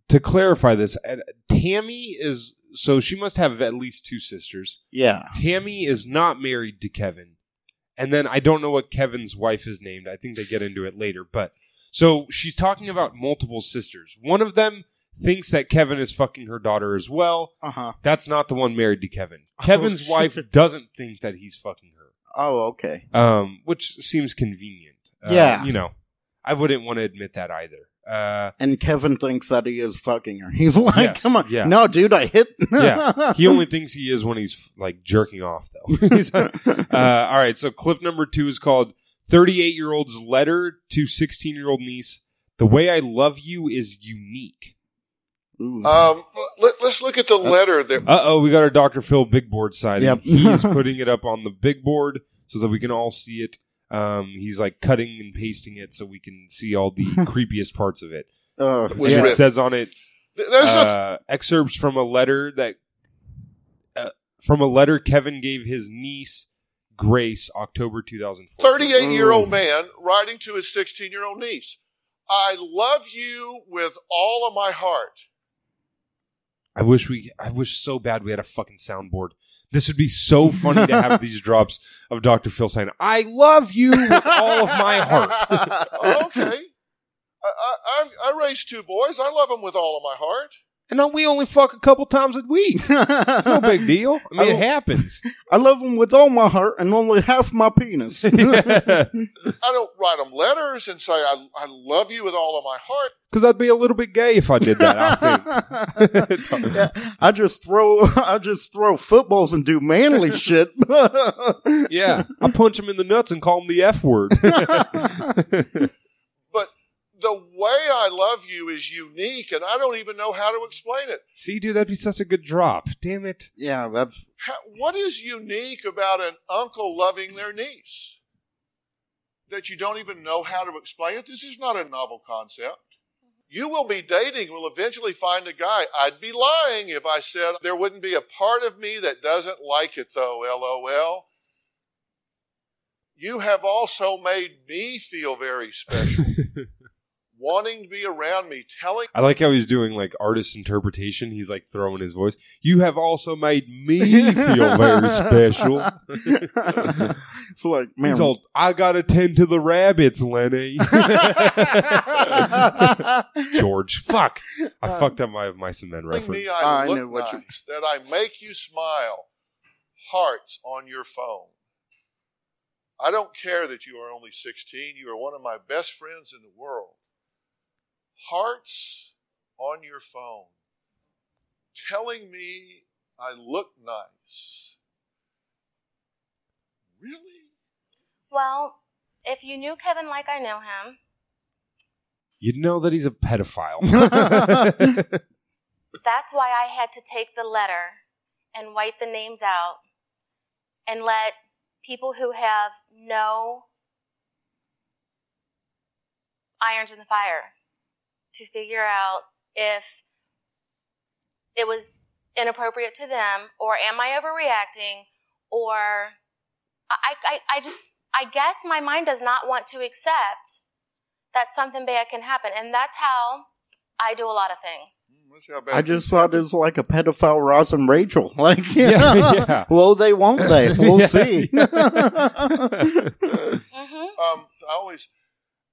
Speaker 2: to clarify this, uh, Tammy is so she must have at least two sisters.
Speaker 3: yeah.
Speaker 2: Tammy is not married to Kevin, and then I don't know what Kevin's wife is named. I think they get into it later, but so she's talking about multiple sisters. One of them thinks that Kevin is fucking her daughter as well.
Speaker 3: Uh huh.
Speaker 2: That's not the one married to Kevin.
Speaker 3: Oh,
Speaker 2: Kevin's wife
Speaker 3: shit.
Speaker 2: doesn't think that he's fucking her
Speaker 3: Oh, okay.
Speaker 2: um, which seems convenient. Uh,
Speaker 3: Yeah.
Speaker 2: you know, I wouldn't want to admit that either. Uh,
Speaker 3: And Kevin thinks that he is fucking her. He's like,
Speaker 2: Yes,
Speaker 3: come on.
Speaker 2: yeah.
Speaker 3: No, dude, I hit.
Speaker 2: Yeah, he only thinks he is when he's like jerking off, though. He's like- uh, all right, so clip number two is called "38 Year Old's Letter to 16 Year Old Niece." The way I love you is unique.
Speaker 3: Ooh.
Speaker 7: Um, let, let's look at the letter that
Speaker 2: Uh oh, we got our Dr. Phil big board side.
Speaker 3: Yep.
Speaker 2: he is putting it up on the big board so that we can all see it. Um, he's like cutting and pasting it so we can see all the creepiest parts of it.
Speaker 3: Uh,
Speaker 7: was
Speaker 3: yeah.
Speaker 2: it
Speaker 7: ripped.
Speaker 2: says on it,
Speaker 7: th- there's a
Speaker 2: uh, excerpts from a letter that uh, from a letter Kevin gave his niece Grace October 2004.
Speaker 7: 38 year old man writing to his 16 year old niece. I love you with all of my heart.
Speaker 2: I wish we, I wish so bad we had a fucking soundboard. This would be so funny to have these drops of Dr. Phil saying, I love you with all of my heart.
Speaker 7: okay. I, I, I've- I raised two boys. I love them with all of my heart.
Speaker 2: And then we only fuck a couple times a week. It's no big deal. I mean, it happens.
Speaker 3: I love him with all my heart and only half my penis.
Speaker 2: Because
Speaker 7: I don't write them letters and say, I, I love you with all of my heart.
Speaker 2: I'd be a little bit gay if I did that, I think.
Speaker 3: Yeah, I just throw I just throw footballs and do manly shit.
Speaker 2: Yeah, I punch him in the nuts and call him the F word.
Speaker 7: But the way I love you is unique, and I don't even know how to explain it.
Speaker 2: See, dude, that'd be such a good drop. Damn it.
Speaker 3: yeah, that's
Speaker 7: How, what is unique about an uncle loving their niece? That you don't even know how to explain it? This is not a novel concept. You will be dating, will eventually find a guy. I'd be lying if I said there wouldn't be a part of me that doesn't like it, though, lol. You have also made me feel very special, wanting to be around me, telling
Speaker 2: I like how he's doing like artist interpretation. He's like throwing his voice. You have also made me feel very special.
Speaker 3: it's like man.
Speaker 2: He's all, I gotta tend to the rabbits, Lenny. George, fuck. I fucked up my my cement reference.
Speaker 7: me I,
Speaker 3: I
Speaker 7: look
Speaker 3: know what you-
Speaker 7: nice, that I make you smile, hearts on your phone. I don't care that you are only 16. You are one of my best friends in the world. Hearts on your phone, telling me I look nice. Really?
Speaker 8: Well, if you knew Kevin like I knew him,
Speaker 2: You know that he's a pedophile.
Speaker 8: that's why I had to take the letter and white the names out and let people who have no irons in the fire to figure out if it was inappropriate to them or am I overreacting or I, I, I just, I guess my mind does not want to accept that something bad can happen. And that's how I do a lot of things.
Speaker 7: Hmm, Let's see how bad
Speaker 3: I just thought it was like a pedophile Ross and Rachel. Like,
Speaker 2: Yeah, yeah.
Speaker 3: Well, they won't they? We'll
Speaker 2: Yeah,
Speaker 3: see.
Speaker 8: hmm
Speaker 7: Um, I always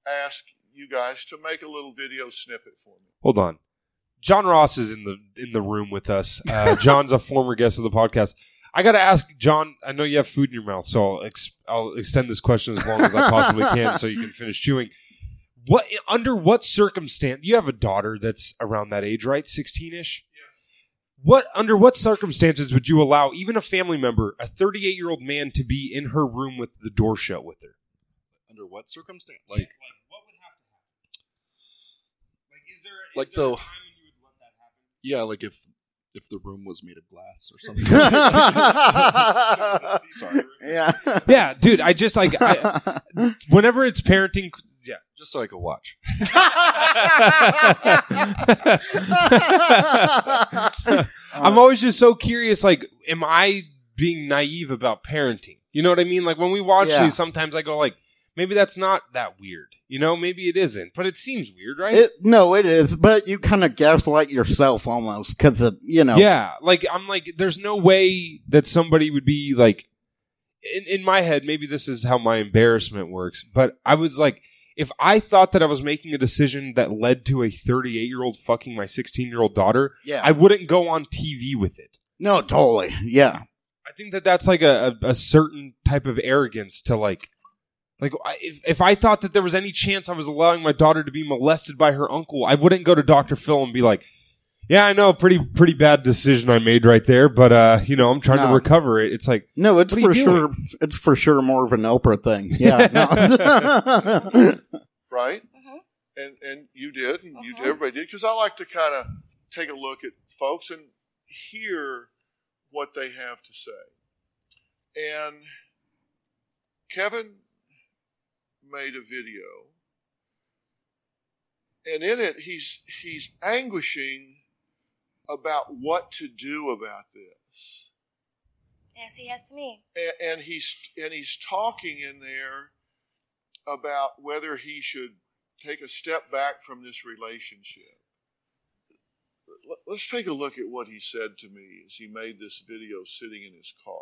Speaker 7: ask you guys to make a little video snippet for me.
Speaker 2: Hold on. John Ross is in the in the room with us. Uh, John's a former guest of the podcast. I got to ask John. I know you have food in your mouth, so I'll, ex- I'll extend this question as long as I possibly can, so you can finish chewing. What under what circumstance? You have a daughter that's around that age, right? Sixteen ish. What under what circumstances would you allow even a family member, a 38 year old man, to be in her room with the door shut with her?
Speaker 9: Under what circumstance? Like,
Speaker 2: Like what would have to happen? Like is there
Speaker 9: Like there a the- time
Speaker 2: when you would let that happen?
Speaker 9: yeah, like if if the room was made of glass or something. Sorry.
Speaker 3: yeah.
Speaker 2: Yeah, dude. I just like I, whenever it's parenting. Yeah.
Speaker 9: Just so I could watch.
Speaker 2: I'm always just so curious. Like, am I being naive about parenting? You know what I mean? Like when we watch
Speaker 3: Yeah.
Speaker 2: these, sometimes I go like, maybe that's not that weird. You know, maybe it isn't, but it seems weird, right?
Speaker 3: It, no, it is, but you kind of gaslight yourself almost because of you know.
Speaker 2: Yeah, like I'm like, there's no way that somebody would be like, in in my head, maybe this is how my embarrassment works, but I was like, if I thought that I was making a decision that led to a 38 year old fucking my 16 year old daughter,
Speaker 3: yeah.
Speaker 2: I wouldn't go on TV with it.
Speaker 3: no, totally. Yeah,
Speaker 2: I think that that's like a, a, a certain type of arrogance to like. Like I- if, if I thought that there was any chance I was allowing my daughter to be molested by her uncle, I wouldn't go to Doctor Phil and be like, "Yeah, I know, pretty pretty bad decision I made right there, but uh, you know, I'm trying to
Speaker 3: No.
Speaker 2: recover it." It's like,
Speaker 3: no, it's
Speaker 2: What are you
Speaker 3: for sure. It's for sure more of an Oprah thing. Yeah, no.
Speaker 7: right?
Speaker 8: Mhm.
Speaker 7: And and you did, and you
Speaker 8: Mhm.
Speaker 7: did, everybody did, because I like to kind of take a look at folks and hear what they have to say. And Kevin made a video, and in it he's he's anguishing about what to do about this
Speaker 8: Yes, he has to me.
Speaker 7: and, and he's and he's talking in there about whether he should take a step back from this relationship. Let- Let's take a look at what he said to me as he made this video sitting in his car.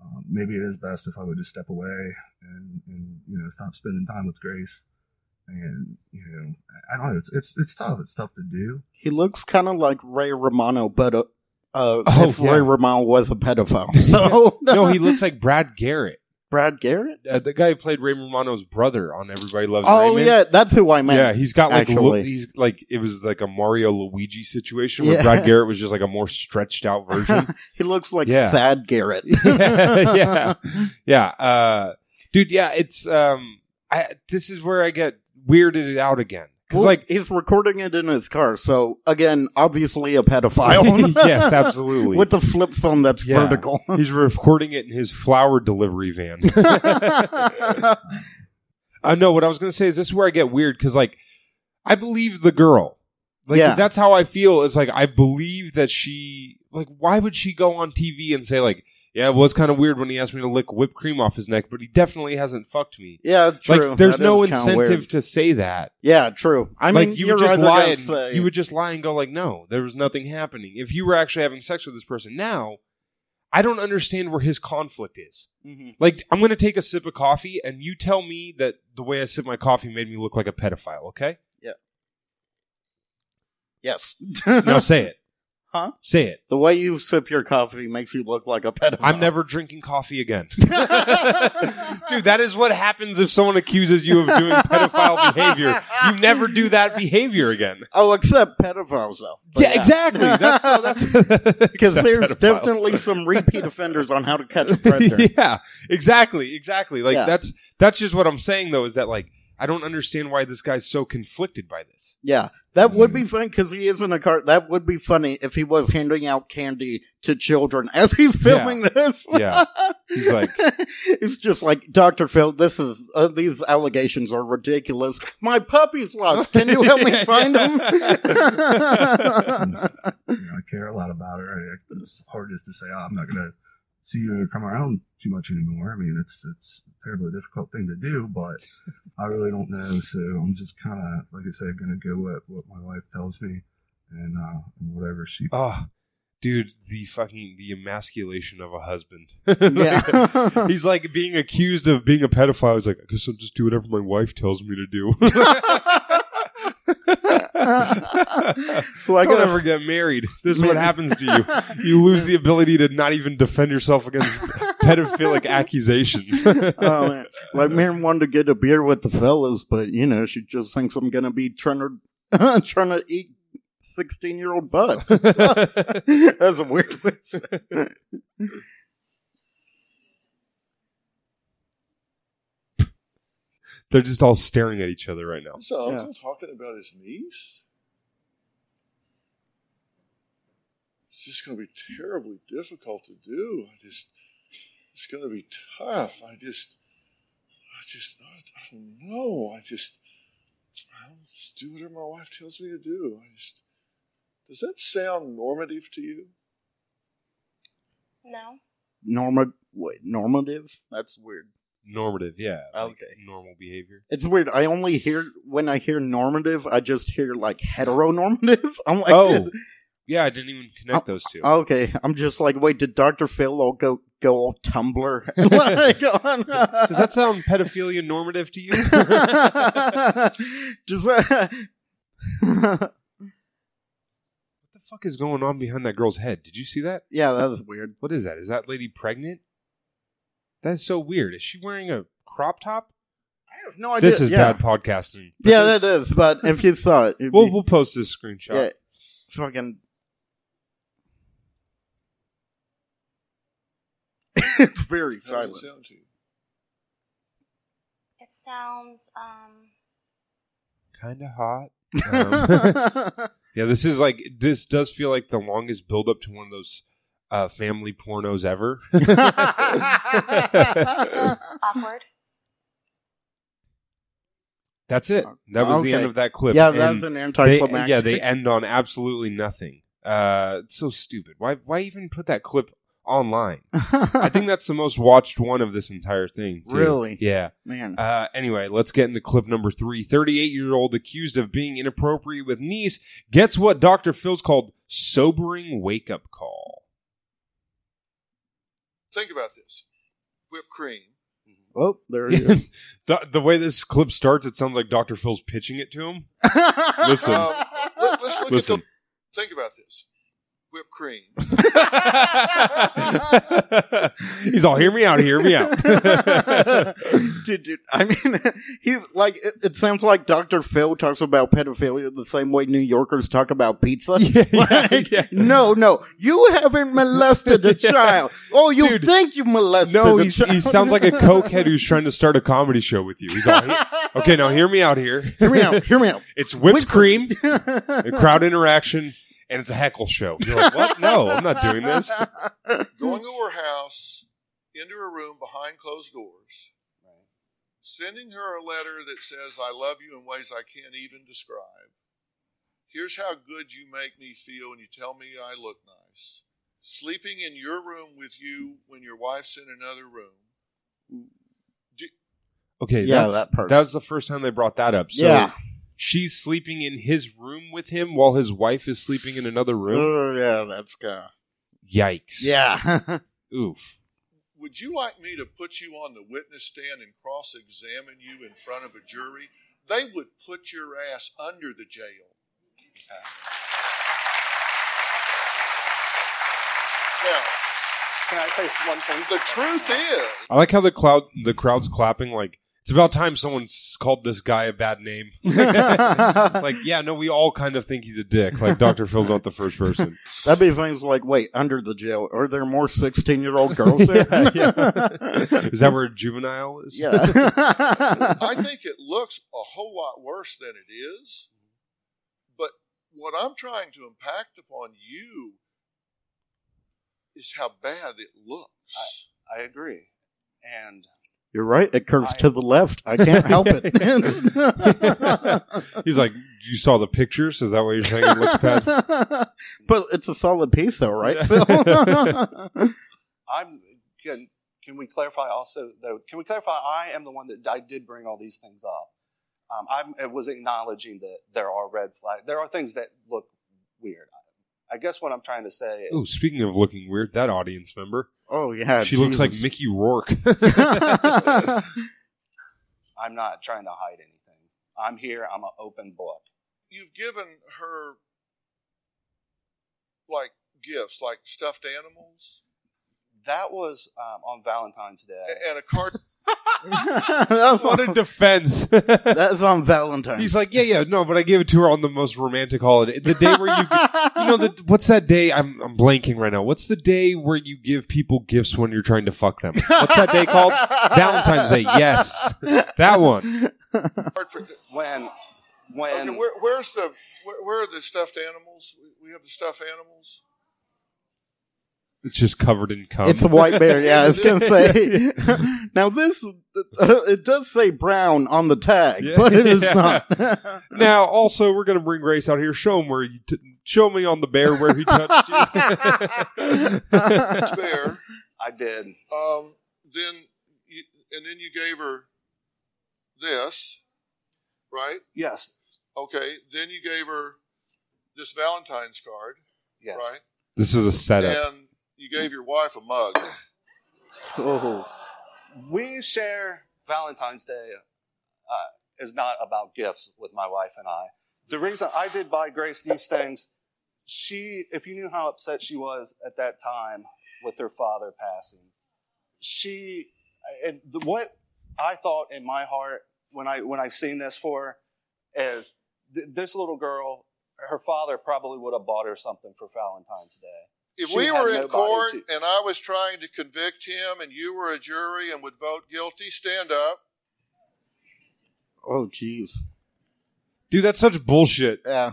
Speaker 10: Um, maybe it is best if I would just step away and, and you know stop spending time with Grace. And you know, I don't know. It's it's, it's tough. It's tough to do.
Speaker 3: He looks kind of like Ray Romano, but uh, uh,
Speaker 2: Oh,
Speaker 3: if
Speaker 2: yeah.
Speaker 3: Ray Romano was a pedophile. So
Speaker 2: no, he looks like Brad Garrett,
Speaker 3: Brad Garrett.
Speaker 2: uh, the guy who played Ray Romano's brother on Everybody Loves
Speaker 3: Oh
Speaker 2: Raymond.
Speaker 3: yeah, that's who I meant.
Speaker 2: yeah, he's got like
Speaker 3: actually.
Speaker 2: look, he's like it was like a Mario Luigi situation where
Speaker 3: Yeah.
Speaker 2: Brad Garrett was just like a more stretched out version.
Speaker 3: he looks like
Speaker 2: Yeah.
Speaker 3: Sad Garrett.
Speaker 2: yeah, yeah, uh, dude. Yeah, it's um, I this is where I get weirded out again because
Speaker 3: Well,
Speaker 2: like
Speaker 3: he's recording it in his car. So again, obviously a pedophile.
Speaker 2: yes, absolutely.
Speaker 3: With the flip phone that's
Speaker 2: Yeah.
Speaker 3: vertical.
Speaker 2: He's recording it in his flower delivery van. I know what I was going to say is this is where I get weird because like I believe the girl. Like
Speaker 3: Yeah.
Speaker 2: that's how I feel. Is like I believe that she like why would she go on TV and say like yeah it was kind of weird when he asked me to lick whipped cream off his neck but he definitely hasn't fucked me.
Speaker 3: yeah, true.
Speaker 2: like there's
Speaker 3: That
Speaker 2: no
Speaker 3: is kinda
Speaker 2: incentive
Speaker 3: weird.
Speaker 2: to say that.
Speaker 3: Yeah, true. I mean,
Speaker 2: like you
Speaker 3: you're
Speaker 2: would just
Speaker 3: either
Speaker 2: lie
Speaker 3: gonna
Speaker 2: and
Speaker 3: say-
Speaker 2: you would just lie and go like no there was nothing happening. If you were actually having sex with this person now, I don't understand where his conflict is.
Speaker 3: Mhm.
Speaker 2: Like, I'm going to take a sip of coffee, and you tell me that the way I sip my coffee made me look like a pedophile, okay?
Speaker 3: yes.
Speaker 2: Now say it.
Speaker 3: Huh?
Speaker 2: Say it.
Speaker 3: the way you sip your coffee makes you look like a pedophile.
Speaker 2: I'm never drinking coffee again. Dude, that is what happens if someone accuses you of doing pedophile behavior. You never do that behavior again.
Speaker 3: Oh, except pedophiles though. But
Speaker 2: yeah, exactly. That's so that's
Speaker 3: Because
Speaker 2: Except
Speaker 3: there's
Speaker 2: pedophiles.
Speaker 3: definitely some repeat offenders on how to catch a predator.
Speaker 2: yeah, exactly, exactly. Like
Speaker 3: Yeah.
Speaker 2: that's that's just what I'm saying though is that like I don't understand why this guy's so conflicted by this.
Speaker 3: Yeah, that would
Speaker 2: Mm.
Speaker 3: be fun because he is in a car. That would be funny if he was handing out candy to children as he's filming this.
Speaker 2: Yeah. He's like
Speaker 3: it's just like Doctor Phil. This is uh, these allegations are ridiculous. My puppy's lost. Can you help me find him?
Speaker 10: You know, I care a lot about her. I- It's hard just to say, oh, I'm not gonna see you or come around too much anymore. I mean, it's it's a terribly difficult thing to do, but I really don't know. So I'm just kind of, like I said, gonna go with what my wife tells me and uh, and whatever she.
Speaker 2: Oh, dude, the fucking the emasculation of a husband.
Speaker 3: yeah.
Speaker 2: He's like being accused of being a pedophile. He's like, I guess I'll just do whatever my wife tells me to do.
Speaker 3: So I
Speaker 2: Don't
Speaker 3: gotta-
Speaker 2: ever get married. This is what
Speaker 3: Maybe.
Speaker 2: happens to you. You lose the ability to not even defend yourself against pedophilic accusations.
Speaker 3: oh, man. Like, Miriam wanted to get a beer with the fellas, but, you know, she just thinks I'm going to be trying to, trying to eat 16 year old butt. That's a weird way.
Speaker 2: They're just all staring at each other right now.
Speaker 7: Is the uncle talking about his niece? It's just going to be terribly difficult to do. I just, it's going to be tough. I just, I just, I don't know. I just, I'll just do whatever my wife tells me to do. I just, does that sound normative to you?
Speaker 8: No.
Speaker 3: Norma, wait, normative? That's weird.
Speaker 2: Normative, yeah.
Speaker 3: Okay.
Speaker 2: Normal behavior.
Speaker 3: It's weird. I only hear, when I hear normative, I just hear like heteronormative. I'm like,
Speaker 2: oh,
Speaker 3: "Did-
Speaker 2: yeah. I didn't even connect those two.
Speaker 3: okay. I'm just like, wait, did Dr. Phil all go, go all Tumblr? like, on, uh,
Speaker 2: Does that sound pedophilia normative to you?
Speaker 3: Does that-
Speaker 2: What the fuck is going on behind that girl's head? Did you see that?
Speaker 3: yeah, that was weird.
Speaker 2: What is that? Is that lady pregnant? That's so weird. Is she wearing a crop top?
Speaker 3: I have no idea.
Speaker 2: This is
Speaker 3: yeah.
Speaker 2: bad podcasting.
Speaker 3: Yeah, that is. But if you saw it, it'd
Speaker 2: We'll,
Speaker 3: be
Speaker 2: we'll post this screenshot.
Speaker 3: yeah, fucking. it's very
Speaker 7: How does
Speaker 3: silent.
Speaker 7: it sound to you?
Speaker 8: It sounds um
Speaker 2: Kind of hot. Um, yeah, this is like, this does feel like the longest build up to one of those uh, family pornos ever.
Speaker 8: awkward.
Speaker 2: That's it. That was the
Speaker 3: Okay.
Speaker 2: end of that clip.
Speaker 3: yeah,
Speaker 2: And
Speaker 3: that's an
Speaker 2: they,
Speaker 3: anticlimactic.
Speaker 2: yeah, they end on absolutely nothing. Uh, it's so stupid. Why, why even put that clip online. I think that's the most watched one of this entire thing. too.
Speaker 3: Really?
Speaker 2: Yeah.
Speaker 3: Man.
Speaker 2: Uh, anyway, let's get into clip number three. 38 year old accused of being inappropriate with niece gets what Dr. Phil's called sobering wake up call.
Speaker 7: Think about this whipped cream.
Speaker 3: Oh, there it is.
Speaker 2: Do- the way this clip starts, it sounds like Dr. Phil's pitching it to him. Listen,
Speaker 7: Um, let, us look
Speaker 2: listen.
Speaker 7: at the. Think about this whipped cream.
Speaker 2: He's all, hear me out, hear me out.
Speaker 3: Dude, dude, I mean, he's like, it, it sounds like Dr. Phil talks about pedophilia the same way New Yorkers talk about pizza. Like, No, no, you haven't molested a
Speaker 2: Yeah.
Speaker 3: child. Oh, you
Speaker 2: Dude.
Speaker 3: think you molested
Speaker 2: no,
Speaker 3: a
Speaker 2: he's,
Speaker 3: child.
Speaker 2: he sounds like a cokehead who's trying to start a comedy show with you. He's all, "He- okay, now hear me out here.
Speaker 3: Hear me out, hear me out.
Speaker 2: It's whipped,
Speaker 3: Whipped
Speaker 2: cream, a crowd interaction, and it's a heckle show. You're like, what? No, I'm not doing this.
Speaker 7: going to her house, into her room behind closed doors, sending her a letter that says, I love you in ways I can't even describe. Here's how good you make me feel, and you tell me I look nice. Sleeping in your room with you when your wife's in another room.
Speaker 2: Okay,
Speaker 3: Yeah,
Speaker 2: that's,
Speaker 3: that part.
Speaker 2: That was the first time they brought that up. So
Speaker 3: Yeah.
Speaker 2: she's sleeping in his room with him while his wife is sleeping in another room.
Speaker 3: Oh, yeah, that's good.
Speaker 2: Yikes.
Speaker 3: Yeah.
Speaker 2: Oof.
Speaker 7: Would you like me to put you on the witness stand and cross examine you in front of a jury? They would put your ass under the jail. Now,
Speaker 11: Can I say s- one thing?
Speaker 7: the truth is,
Speaker 2: I like how the cloud the crowd's clapping like it's about time someone's called this guy a bad name. like, yeah, no, we all kind of think he's a dick. Like Dr. Phil's not the first person.
Speaker 3: That'd be things like, wait, under the jail, are there more 16 year old girls there?
Speaker 2: Yeah, yeah. Is that where juvenile is?
Speaker 3: Yeah.
Speaker 7: I think it looks a whole lot worse than it is. But what I'm trying to impact upon you is how bad it looks.
Speaker 11: I agree. And
Speaker 3: You're right. It curves to the left. I can't help it.
Speaker 2: He's like, you saw the pictures? Is that what you're saying it looks bad?
Speaker 3: but it's a solid piece, though, right, Phil?
Speaker 11: I'm can can we clarify also though? Can we clarify? I am the one that I did bring all these things up. Um, I'm, I was acknowledging that there are red flags. There are things that look weird. I guess what I'm trying to say. is-
Speaker 2: Oh, speaking of looking weird, that audience member.
Speaker 3: oh yeah,
Speaker 2: she looks like Mickey Rourke.
Speaker 3: like.
Speaker 11: I'm not trying to hide anything. I'm here. I'm an open book.
Speaker 7: You've given her like gifts, like stuffed animals
Speaker 11: That was um, on Valentine's Day.
Speaker 7: a- and a card.
Speaker 3: that's,
Speaker 2: what a
Speaker 3: on,
Speaker 2: defense.
Speaker 3: that's on Valentine's.
Speaker 2: He's like, yeah, yeah, no, but I gave it to her on the most romantic holiday. The day where you, you know, the, what's that day? I'm, I'm blanking right now. What's the day where you give people gifts when you're trying to fuck them? What's that day called? Valentine's Day. Yes. That one.
Speaker 7: card for,
Speaker 11: When when
Speaker 7: okay, where, where's the where, where are the stuffed animals? We have the stuffed animals.
Speaker 2: It's just covered in cum.
Speaker 3: It's a white bear. Yeah, I was gonna say. now this, uh, it does say brown on the tag,
Speaker 2: Yeah.
Speaker 3: but it is
Speaker 2: Yeah.
Speaker 3: not.
Speaker 2: Now, also, we're gonna bring Grace out here. Show him where you t- show me on the bear where he touched you.
Speaker 7: It's there.
Speaker 11: I did.
Speaker 7: Um, then you, and then you gave her this, right?
Speaker 11: Yes.
Speaker 7: Okay. Then you gave her this Valentine's card,
Speaker 11: Yes.
Speaker 7: right?
Speaker 2: this is a setup.
Speaker 7: And you gave your wife a mug.
Speaker 3: oh.
Speaker 11: we share Valentine's Day uh, is not about gifts with my wife and I. The reason I did buy Grace these things, she, if you knew how upset she was at that time with her father passing, she, and the, what I thought in my heart when I when I seen this for her is th- this little girl, her father probably would have bought her something for Valentine's Day.
Speaker 7: If
Speaker 11: She
Speaker 7: we
Speaker 11: had
Speaker 7: were in
Speaker 11: nobody
Speaker 7: court
Speaker 11: to-
Speaker 7: and I was trying to convict him, and you were a jury and would vote guilty, stand up.
Speaker 3: Oh, jeez.
Speaker 2: Dude, that's such bullshit.
Speaker 3: Yeah.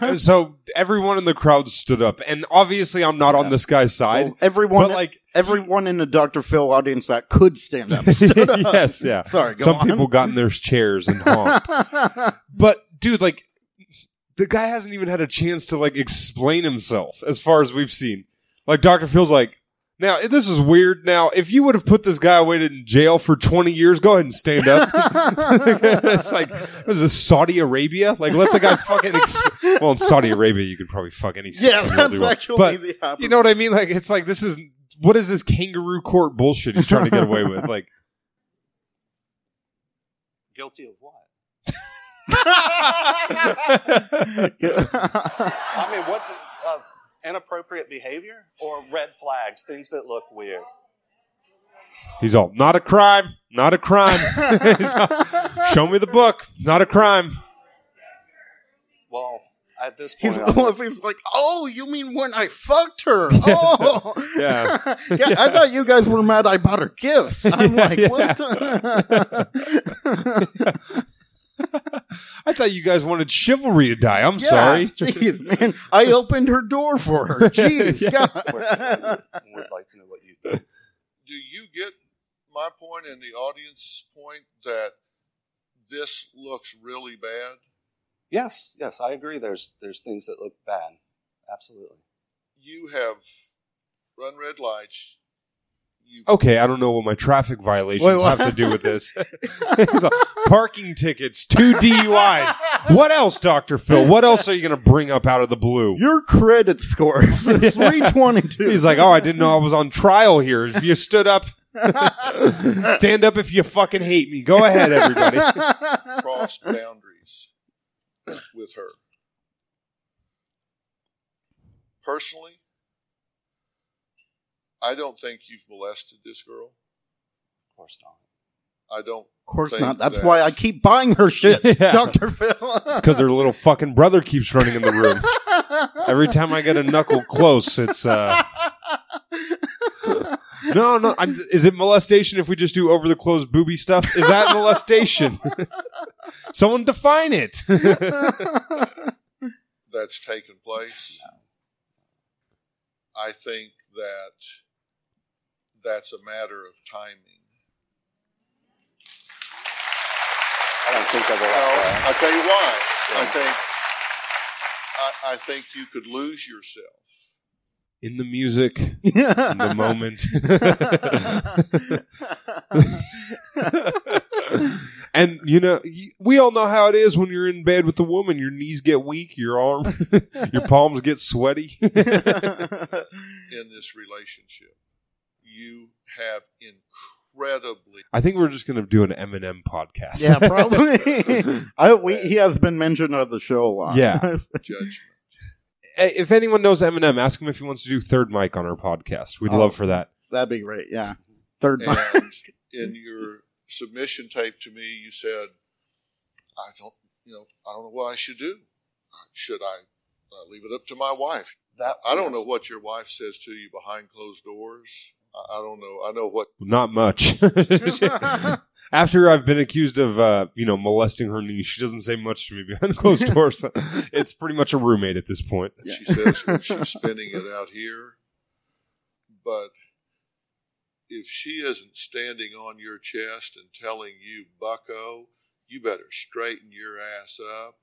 Speaker 2: And so everyone in the crowd stood up, and obviously, I'm not on this guy's side.
Speaker 3: Well, everyone,
Speaker 2: but like,
Speaker 3: everyone in the Dr. Phil audience that could stand up. Stood up.
Speaker 2: yes, yeah.
Speaker 3: Sorry, go
Speaker 2: Some
Speaker 3: on.
Speaker 2: people got in their chairs and honked. but dude, like, the guy hasn't even had a chance to like explain himself as far as we've seen. Like, Doctor Phil's like, Now, this is weird. Now, if you would have put this guy away in jail for 20 years, go ahead and stand up. it's like, this is Saudi Arabia. Like, let the guy fucking. Exp- well, in Saudi Arabia, you can probably fuck any.
Speaker 3: Yeah,
Speaker 2: 16-year-old
Speaker 3: that's
Speaker 2: you want.
Speaker 3: actually
Speaker 2: But
Speaker 3: the opposite.
Speaker 2: You know what I mean? Like, it's like, this is. What is this kangaroo court bullshit he's trying to get away with? Like,
Speaker 11: Guilty of what?
Speaker 3: I
Speaker 11: mean, what do- of inappropriate behavior or red flags, things that look weird?
Speaker 2: he's all, not a crime. Not a crime. He's all, Show me the book. Not a crime.
Speaker 11: Well, at this point,
Speaker 3: He's,
Speaker 11: I'm-
Speaker 3: oh, if he's like, oh, you mean when I fucked her? Oh,
Speaker 2: Yeah.
Speaker 3: yeah. I thought you guys were mad I bought her gifts. I'm like,
Speaker 2: Yeah.
Speaker 3: what?
Speaker 2: I thought you guys wanted chivalry to die. I'm
Speaker 3: Yeah,
Speaker 2: sorry.
Speaker 3: Jeez, man, I opened her door for her. Jeez, God.
Speaker 11: would like to know what you think.
Speaker 7: Do you get my point and the audience's point that this looks really bad?
Speaker 11: Yes, yes, I agree. There's there's things that look bad. Absolutely.
Speaker 7: You have run red lights.
Speaker 2: okay, I don't know what my traffic violations
Speaker 7: Wait, what?
Speaker 2: have to do with this. He's like, Parking tickets, two DUIs. What else, Dr. Phil? What else are you going to bring up out of the blue?
Speaker 3: Your credit score is 322.
Speaker 2: He's like, oh, I didn't know I was on trial here. If you stood up, stand up if you fucking hate me. Go ahead, everybody.
Speaker 7: Cross boundaries with her. Personally, I don't think you've molested this girl.
Speaker 11: Of course not.
Speaker 7: I don't.
Speaker 3: Of course
Speaker 7: think
Speaker 3: not. That's
Speaker 7: that-
Speaker 3: why I keep buying her shit,
Speaker 2: Yeah.
Speaker 3: Dr. Phil.
Speaker 2: It's because their little fucking brother keeps running in the room. Every time I get a knuckle close, it's uh. No, no. I'm, is it molestation if we just do over the clothes booby stuff? Is that molestation? Someone define it.
Speaker 7: that's taken place. I think that that's a matter of timing.
Speaker 11: I don't think of it like
Speaker 7: Well,
Speaker 11: that.
Speaker 7: I tell you why. I think I, I think you could lose yourself.
Speaker 2: in the music, in the moment. and you know, y- we all know how it is when you're in bed with a woman. Your knees get weak, your arm, your palms get sweaty.
Speaker 7: in this relationship. You have incredibly
Speaker 2: I think we're just going to do an Eminem podcast.
Speaker 3: yeah, probably. I, we, he has been mentioned on the show a lot.
Speaker 2: Yeah.
Speaker 7: judgment.
Speaker 2: Hey, if anyone knows Eminem, ask him if he wants to do third mic on our podcast. We'd
Speaker 3: Oh.
Speaker 2: love for that.
Speaker 3: That'd be great. Yeah. Third mic.
Speaker 7: And in your submission tape to me, you said, "I don't, you know, I don't know what I should do. Should I uh, leave it up to my wife?
Speaker 11: That
Speaker 7: I don't
Speaker 11: yes.
Speaker 7: know what your wife says to you behind closed doors. I, I don't know. I know what
Speaker 2: Not much. After I've been accused of, uh, you know, molesting her niece, she doesn't say much to me behind closed doors. it's pretty much a roommate at this point.
Speaker 7: she says when she's spinning it out here. But if she isn't standing on your chest and telling you, bucko, you better straighten your ass up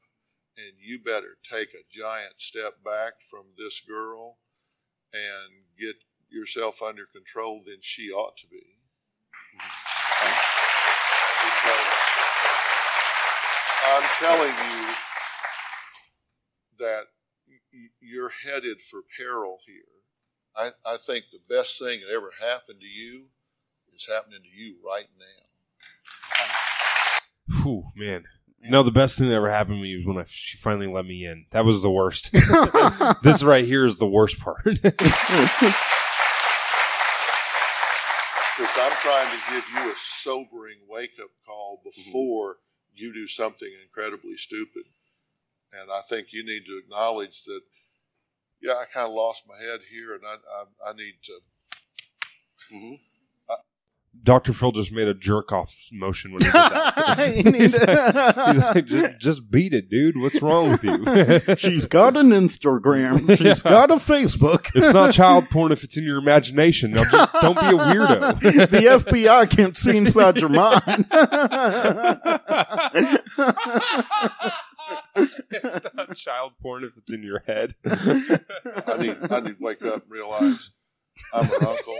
Speaker 7: and you better take a giant step back from this girl and get yourself under control, then she ought to be. Because I'm telling you that y- you're headed for peril here. I, I think the best thing that ever happened to you is happening to you right now.
Speaker 2: Whew, man. No, the best thing that ever happened to me was when I, she finally let me in. That was the worst. this right here is the worst part.
Speaker 7: Because I'm trying to give you a sobering wake up call before you do something incredibly stupid. And I think you need to acknowledge that, yeah, I kind of lost my head here and I, I, I need to.
Speaker 2: Dr. Phil just made a jerk off motion when he did that.
Speaker 3: You need
Speaker 2: he's
Speaker 3: to-
Speaker 2: like, he's like, just, just beat it, dude. What's wrong with you?
Speaker 3: She's got an Instagram. She's
Speaker 2: Yeah.
Speaker 3: got a Facebook.
Speaker 2: it's not child porn if it's in your imagination. Now, just don't be a weirdo.
Speaker 3: the FBI can't see inside your mind.
Speaker 2: it's not child porn if it's in your head.
Speaker 7: I need, I need to wake up and realize I'm an uncle.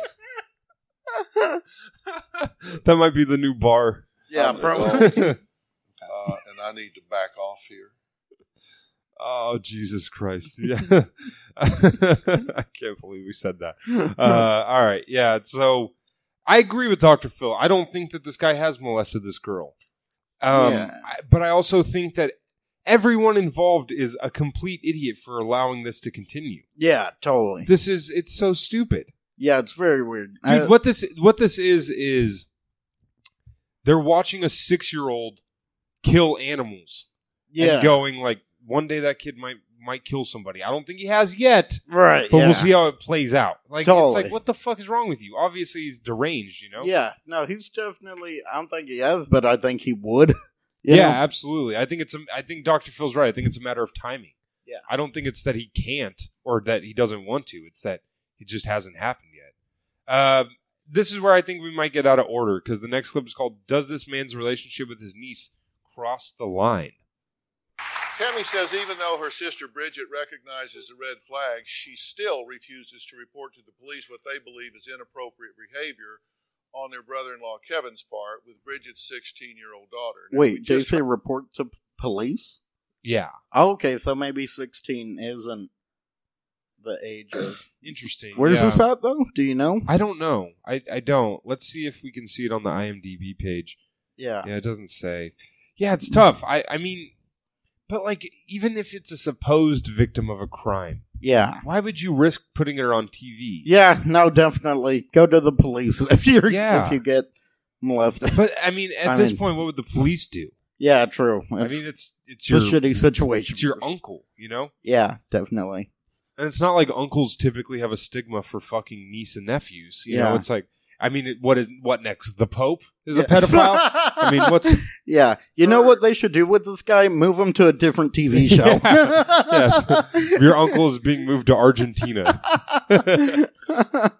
Speaker 2: that might be the new bar.
Speaker 7: Yeah,
Speaker 2: Um,
Speaker 3: Oh,
Speaker 7: probably. uh, and I need to back off here.
Speaker 2: oh Jesus Christ! Yeah, I can't believe we said that. Uh, all right, yeah. So I agree with Doctor Phil. I don't think that this guy has molested this girl, um,
Speaker 12: Yeah.
Speaker 2: I- but I also think that everyone involved is a complete idiot for allowing this to continue.
Speaker 3: Yeah, totally.
Speaker 2: This is it's so stupid.
Speaker 3: Yeah, it's very weird.
Speaker 2: Dude,
Speaker 3: I-
Speaker 2: what this what this is is they're watching a six year old kill animals.
Speaker 12: Yeah.
Speaker 2: And going like one day that kid might might kill somebody. I don't think he has yet.
Speaker 12: Right,
Speaker 2: But
Speaker 12: yeah.
Speaker 2: we'll see how it plays out. Like
Speaker 3: Totally.
Speaker 2: it's like what the fuck is wrong with you? Obviously he's deranged, you know?
Speaker 3: Yeah, no, he's definitely. I don't think he has, but I think he would. You
Speaker 2: yeah,
Speaker 3: know?
Speaker 2: absolutely. I think it's a, I think Dr. Phil's right. I think it's a matter of timing.
Speaker 3: Yeah.
Speaker 2: I don't think it's that he can't or that he doesn't want to. It's that it just hasn't happened yet. Um, this is where I think we might get out of order because the next clip is called Does This Man's Relationship with His Niece Cross the Line?
Speaker 7: Tammy says even though her sister Bridget recognizes the red flag, she still refuses to report to the police what they believe is inappropriate behavior on their brother in law Kevin's part with Bridget's 16 year old daughter. Now, we
Speaker 3: Wait, did they
Speaker 7: just-
Speaker 3: say report to p- police? Oh,
Speaker 2: Yeah.
Speaker 3: Okay, so maybe sixteen isn't the age of.
Speaker 2: Interesting.
Speaker 3: Where's
Speaker 2: yeah.
Speaker 3: this at though? Do you know?
Speaker 2: I don't know. I, I don't. Let's see if we can see it on the IMDb page.
Speaker 3: Yeah.
Speaker 2: Yeah, it doesn't say. Yeah, it's tough. I, I mean, but like, even if it's a supposed victim of a crime,
Speaker 3: Yeah.
Speaker 2: why would you risk putting her on TV?
Speaker 3: Yeah, no, definitely go to the police if you
Speaker 2: Yeah.
Speaker 3: if you get molested.
Speaker 2: But I mean, at
Speaker 3: I
Speaker 2: this
Speaker 3: mean-
Speaker 2: point, what would the police do?
Speaker 3: yeah, true.
Speaker 2: I mean, it's it's
Speaker 3: a
Speaker 2: your
Speaker 3: shitty situation.
Speaker 2: It's your uncle, you know,
Speaker 3: yeah, definitely.
Speaker 2: and it's not like uncles typically have a stigma for fucking niece and nephews. You know,
Speaker 3: Yeah.
Speaker 2: it's like, I mean, it- what is what next? The Pope is a
Speaker 3: Yeah.
Speaker 2: pedophile. I mean, what's
Speaker 3: Yeah, you know what they should do with this guy? Move him to a different TV show.
Speaker 2: Yeah. yes, your uncle is being moved to Argentina.
Speaker 7: From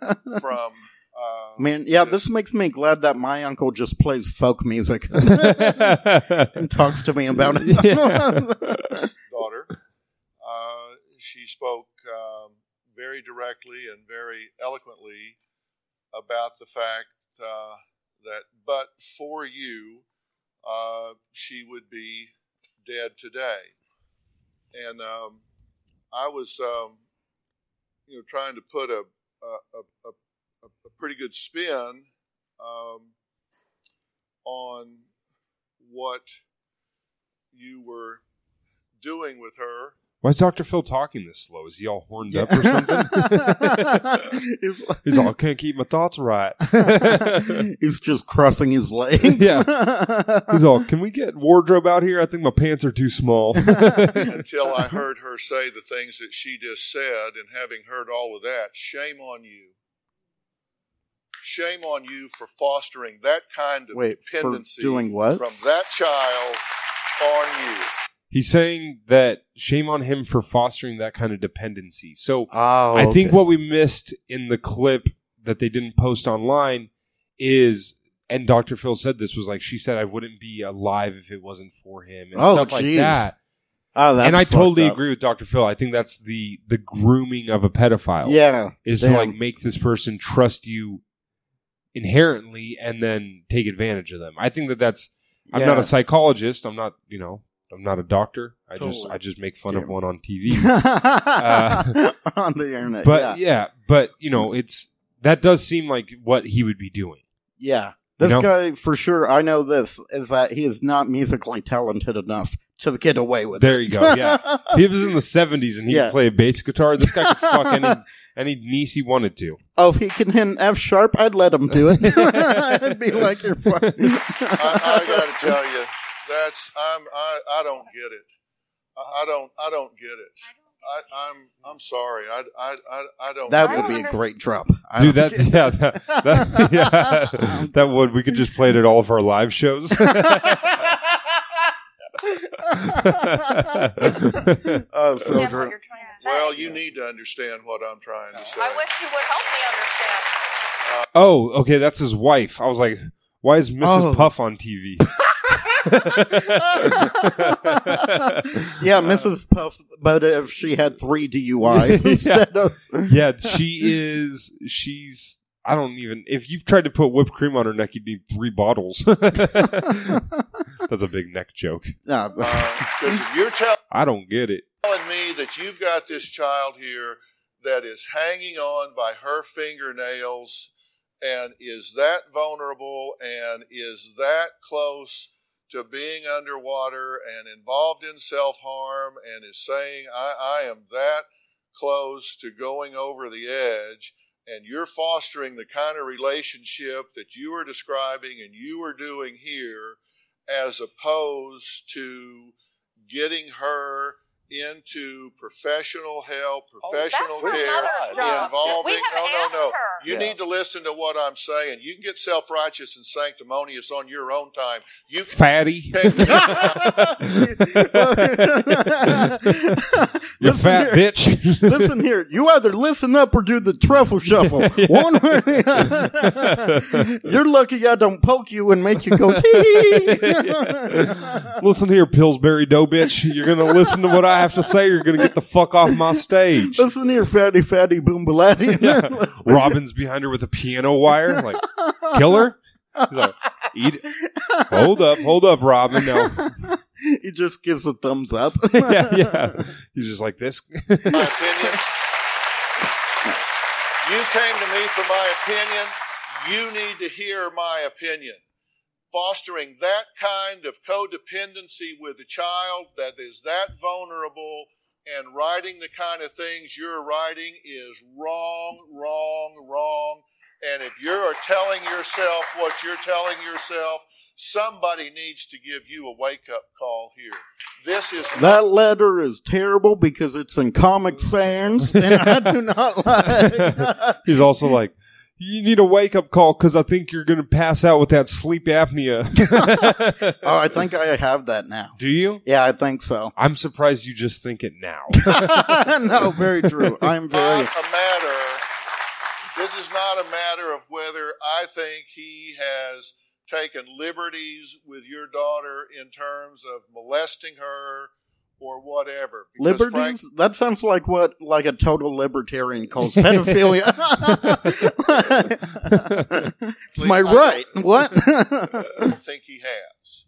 Speaker 7: um,
Speaker 3: Man, yeah, this makes me glad that my uncle just plays folk music and talks to me about it.
Speaker 7: daughter. Uh, she spoke um, very directly and very eloquently about the fact uh, that, but for you, uh, she would be dead today. And um, I was, um, you know, trying to put a a, a, a, a pretty good spin um, on what you were doing with her.
Speaker 2: Why is Doctor Phil talking this slow? Is he all horned up or something?
Speaker 3: He's-
Speaker 2: He's all, I can't keep my thoughts right.
Speaker 3: He's just crossing his legs.
Speaker 2: yeah. He's all, can we get wardrobe out here? I think my pants are too small.
Speaker 7: until I heard her say the things that she just said, and having heard all of that, shame on you. Shame on you for fostering that kind of
Speaker 3: Wait, for
Speaker 7: dependency
Speaker 3: doing what?
Speaker 7: from that child on you.
Speaker 2: He's saying that shame on him for fostering that kind of dependency. So
Speaker 3: Oh,
Speaker 2: I think
Speaker 3: okay.
Speaker 2: what we missed in the clip that they didn't post online is, and Dr. Phil said this was like, she said, I wouldn't be alive if it wasn't for him and
Speaker 3: Oh,
Speaker 2: stuff like
Speaker 3: jeez.
Speaker 2: that.
Speaker 3: Oh, that's
Speaker 2: and I
Speaker 3: fucked
Speaker 2: totally
Speaker 3: up.
Speaker 2: agree with Dr. Phil. I think that's the the grooming of a pedophile.
Speaker 3: Yeah,
Speaker 2: Is
Speaker 3: damn.
Speaker 2: to like make this person trust you inherently and then take advantage of them. I think that that's I'm not
Speaker 3: Yeah.
Speaker 2: a psychologist. I'm not, you know, I'm not a doctor. I just
Speaker 3: Totally.
Speaker 2: I just make fun of
Speaker 3: Damn.
Speaker 2: one on TV. Uh,
Speaker 3: on the internet.
Speaker 2: but
Speaker 3: yeah,
Speaker 2: yeah. but you know, it's that does seem like what he would be doing.
Speaker 3: yeah. This
Speaker 2: You know?
Speaker 3: guy, for sure, I know this is that he is not musically talented enough to get away with.
Speaker 2: There
Speaker 3: it.
Speaker 2: you go. Yeah. If he was in the 70s and he
Speaker 3: Yeah.
Speaker 2: could play a bass guitar. This guy could fuck any any niece he wanted to.
Speaker 3: Oh, if he can hit an F sharp, I'd let him do it. I'd be like, you're fucking.
Speaker 7: I, I got to tell you, that's I'm I, I don't get it. I, I don't I don't get it. I, I'm I'm sorry. I I I, I don't.
Speaker 3: That
Speaker 7: get
Speaker 3: would
Speaker 7: it.
Speaker 3: be a great drop. I
Speaker 2: Dude,
Speaker 3: don't
Speaker 2: that yeah, that, that yeah, that would we could just play it at all of our live shows.
Speaker 3: Oh, so
Speaker 7: Yeah, what
Speaker 3: true.
Speaker 7: Well, you need to understand what I'm trying to say.
Speaker 8: I wish you would help me understand.
Speaker 2: oh, okay, that's his wife. I was like, why is Mrs.
Speaker 3: Oh.
Speaker 2: Puff on TV?
Speaker 3: yeah, Mrs. Puff, but if she had three DUIs instead of
Speaker 2: yeah, she is she's I don't even. If you tried to put whipped cream on her neck, you'd need three bottles. That's a big neck joke.
Speaker 3: Nah,
Speaker 7: Because Uh, if you're telling
Speaker 2: I don't get it.
Speaker 7: telling me that you've got this child here that is hanging on by her fingernails and is that vulnerable and is that close to being underwater and involved in self harm and is saying, I, I am that close to going over the edge. And you're fostering the kind of relationship that you are describing and you are doing here, as opposed to getting her into professional help,
Speaker 8: Oh,
Speaker 7: professional
Speaker 8: her mother's
Speaker 7: care,
Speaker 8: job.
Speaker 7: involving.
Speaker 8: We have
Speaker 7: no, no,
Speaker 8: asked
Speaker 7: no.
Speaker 8: her.
Speaker 7: You
Speaker 8: Yes.
Speaker 7: need to listen to what I'm saying. You can get self righteous and sanctimonious on your own time. You can
Speaker 2: Fatty. You fat bitch.
Speaker 3: listen here. You either listen up or do the truffle shuffle. One way or the other. You're lucky I don't poke you and make you go tee.
Speaker 2: listen here, Pillsbury dough bitch. You're gonna listen to what I have to say. Or you're gonna get the fuck off my stage.
Speaker 3: listen here, fatty, fatty, boom, balati.
Speaker 2: Robin's behind her with a piano wire. Like, kill her. He's like, Eat. It. Hold up, hold up, Robin. Now,
Speaker 3: he just gives a thumbs up.
Speaker 2: yeah, yeah. He's just like this.
Speaker 7: my opinion. You came to me for my opinion. You need to hear my opinion. Fostering that kind of codependency with a child that is that vulnerable and writing the kind of things you're writing is wrong, wrong, wrong. And if you're telling yourself what you're telling yourself, somebody needs to give you a wake up call here. This is
Speaker 3: That letter is terrible because it's in Comic Sans, and I do not like.
Speaker 2: He's also like, you need a wake up call because I think you're gonna pass out with that sleep apnea.
Speaker 3: Oh, I think I have that now.
Speaker 2: Do you?
Speaker 3: Yeah, I think so.
Speaker 2: I'm surprised you just think it now.
Speaker 3: no, very true. I'm very.
Speaker 7: not a matter. This is not a matter of whether I think he has taken liberties with your daughter in terms of molesting her or whatever. Because
Speaker 3: Liberties?
Speaker 7: Frank-
Speaker 3: that sounds like what like a total libertarian calls pedophilia. It's my right. What?
Speaker 7: I don't think he has.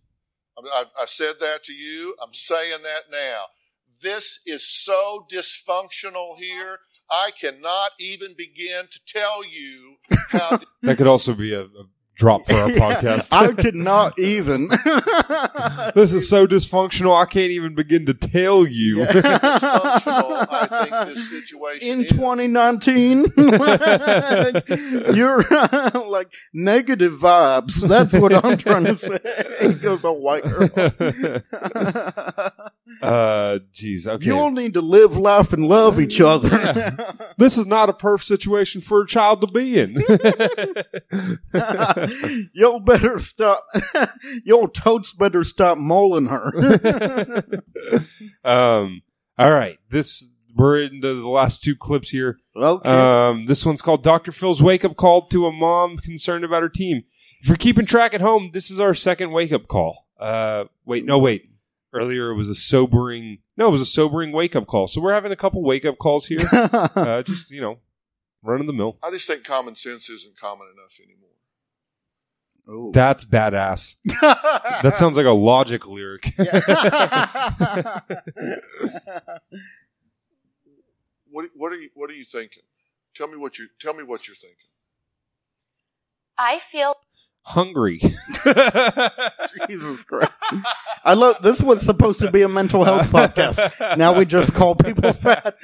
Speaker 7: I mean, I've, I've said that to you. I'm saying that now. This is so dysfunctional here. I cannot even begin to tell you how
Speaker 2: That could also be a, a drop for our podcast.
Speaker 3: I could not even.
Speaker 2: this is so dysfunctional. I can't even begin to tell you.
Speaker 7: dysfunctional I think this situation
Speaker 3: In 2019, you're like negative vibes. That's what I'm trying to say. It goes a white girl.
Speaker 2: uh, jeez. Okay.
Speaker 3: You all need to live life and love each other.
Speaker 2: this is not a perf situation for a child to be in.
Speaker 3: Y'all better stop. Y'all totes better stop mauling her.
Speaker 2: um, all right. This we're into the last two clips here.
Speaker 3: Okay.
Speaker 2: Um, this one's called Dr. Phil's wake up call to a mom concerned about her team. If you're keeping track at home, this is our second wake up call. Uh, wait, no, wait. Earlier it was a sobering. No, it was a sobering wake up call. So we're having a couple wake up calls here. uh, just you know, running the mill.
Speaker 7: I just think common sense isn't common enough anymore.
Speaker 3: Oh.
Speaker 2: That's badass. that sounds like a logic lyric.
Speaker 7: What what are you what are you thinking? Tell me what you tell me what you're thinking.
Speaker 8: I feel
Speaker 2: Hungry.
Speaker 3: Jesus Christ. I love this was supposed to be a mental health podcast. Now we just call people fat.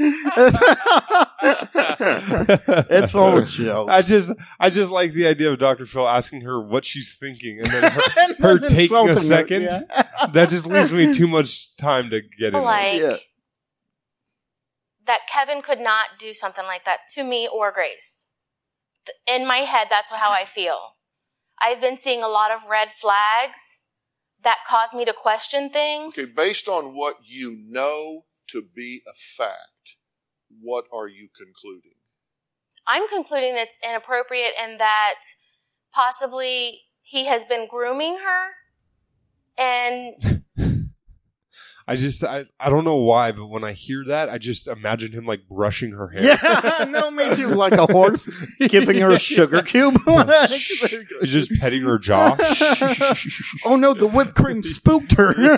Speaker 3: it's all jokes.
Speaker 2: I just, I just like the idea of Dr. Phil asking her what she's thinking, and then her, her
Speaker 3: then
Speaker 2: taking
Speaker 3: insulting
Speaker 2: a
Speaker 3: her,
Speaker 2: second. that just leaves me too much time to get in.
Speaker 8: like
Speaker 2: there.
Speaker 8: that Kevin could not do something like that to me or Grace. Th- In my head, that's how I feel. I've been seeing a lot of red flags that cause me to question things.
Speaker 7: Okay, based on what you know to be a fact, what are you concluding?
Speaker 8: I'm concluding it's inappropriate and that possibly he has been grooming her and
Speaker 2: I just I, I don't know why, but when I hear that, I just imagine him like brushing her hair.
Speaker 3: Yeah, no, me too. Like a horse giving her a sugar cube.
Speaker 2: He's just petting her jaw.
Speaker 3: oh no, the whipped cream spooked her.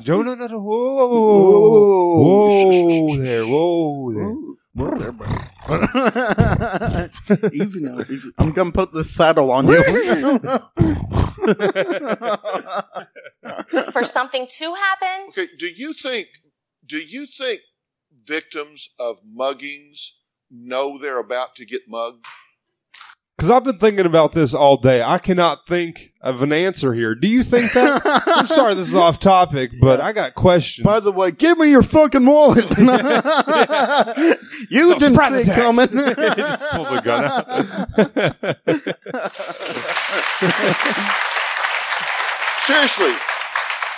Speaker 2: no, no, no, no. Whoa, whoa, whoa there, whoa there.
Speaker 3: easy now. Easy. I'm gonna put the saddle on you.
Speaker 8: for something to happen.
Speaker 7: Okay, do you think do you think victims of muggings know they're about to get mugged?
Speaker 2: Because I've been thinking about this all day. I cannot think of an answer here. Do you think that? I'm sorry, this is off topic, but I got questions.
Speaker 3: By the way, give me your fucking wallet. you didn't
Speaker 2: Sprat
Speaker 3: see it
Speaker 2: attack.
Speaker 3: coming.
Speaker 2: He just pulls a gun
Speaker 7: Seriously.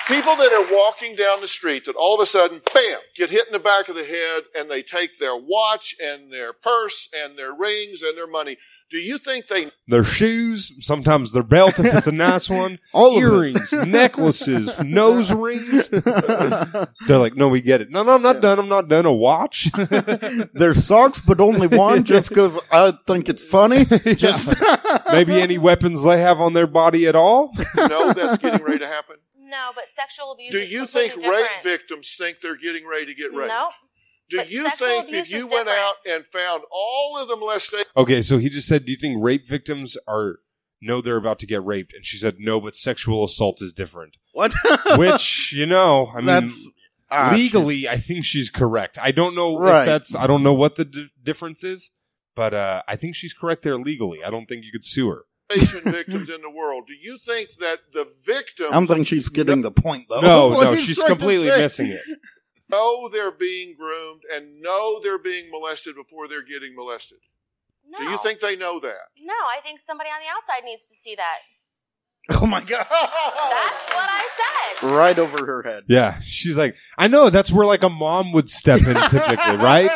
Speaker 7: People that are walking down the street that all of a sudden, bam, get hit in the back of the head and they take their watch and their purse and their rings and their money. Do you think they
Speaker 2: Their shoes, sometimes their belt if it's a nice one,
Speaker 3: All of it.
Speaker 2: earrings, necklaces, nose rings. They're like, no, we get it. No, no, I'm not done. I'm not done. A watch.
Speaker 3: There's socks, but only one, just because I think it's funny. Just
Speaker 2: Maybe any weapons they have on their body at all.
Speaker 7: know that's getting ready to happen?
Speaker 8: No, but sexual abuse.
Speaker 7: Do
Speaker 8: is
Speaker 7: you
Speaker 8: completely
Speaker 7: think
Speaker 8: different.
Speaker 7: rape victims think they're getting ready to get raped?
Speaker 8: Nope.
Speaker 7: Do
Speaker 8: But
Speaker 7: you
Speaker 8: sexual
Speaker 7: think
Speaker 8: abuse
Speaker 7: if
Speaker 8: is
Speaker 7: you went out and found all of the molestation
Speaker 2: Okay, so he just said, "Do you think rape victims are know they're about to get raped?" And she said, "No, but sexual assault is different."
Speaker 3: what?
Speaker 2: Which you know, I mean,
Speaker 3: That's- ah,
Speaker 2: legally, I think she's correct. I don't know
Speaker 3: Right.
Speaker 2: if that's I don't know what the d- difference is, but uh, I think she's correct there legally. I don't think you could sue her.
Speaker 7: victims in the world, do you think that the victims
Speaker 3: I don't think she's getting the point though.
Speaker 2: No,
Speaker 3: Oh, What
Speaker 2: no,
Speaker 3: he's
Speaker 2: she's
Speaker 3: trying to
Speaker 2: completely
Speaker 3: say.
Speaker 2: missing it.
Speaker 7: know they're being groomed and know they're being molested before they're getting molested?
Speaker 8: No.
Speaker 7: Do you think they know that?
Speaker 8: No, I think somebody on the outside needs to see that.
Speaker 3: Oh my god!
Speaker 8: That's what I said.
Speaker 3: Right over her head.
Speaker 2: Yeah, she's like, I know that's where like a mom would step in typically, right?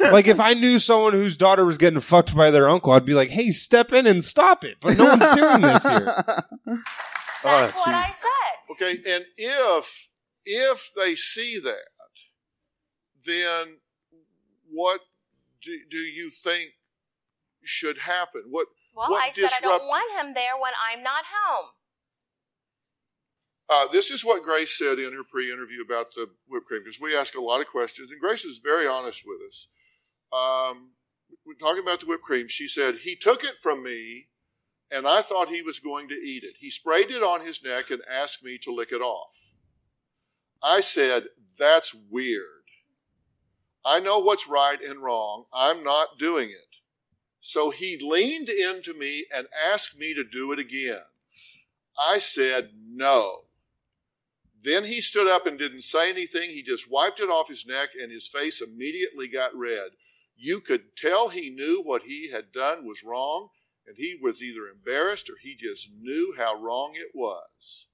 Speaker 2: Like if I knew someone whose daughter was getting fucked by their uncle, I'd be like, "Hey, step in and stop it." But no one's doing this here.
Speaker 7: Oh,
Speaker 8: That's what I said.
Speaker 7: Okay, and if if they see that, then what do, do you think should happen? What
Speaker 8: Well,
Speaker 7: what
Speaker 8: I said I
Speaker 7: disrupt-
Speaker 8: don't want him there when I'm not home.
Speaker 7: Uh, this is what Grace said in her pre-interview about the whipped cream because we ask a lot of questions, and Grace is very honest with us. Um, we're talking about the whipped cream. She said he took it from me, and I thought he was going to eat it. He sprayed it on his neck and asked me to lick it off. I said that's weird. I know what's right and wrong. I'm not doing it. So he leaned into me and asked me to do it again. I said no. Then he stood up and didn't say anything. He just wiped it off his neck, and his face immediately got red. You could tell he knew what he had done was wrong, and he was either embarrassed or he just knew how wrong it was.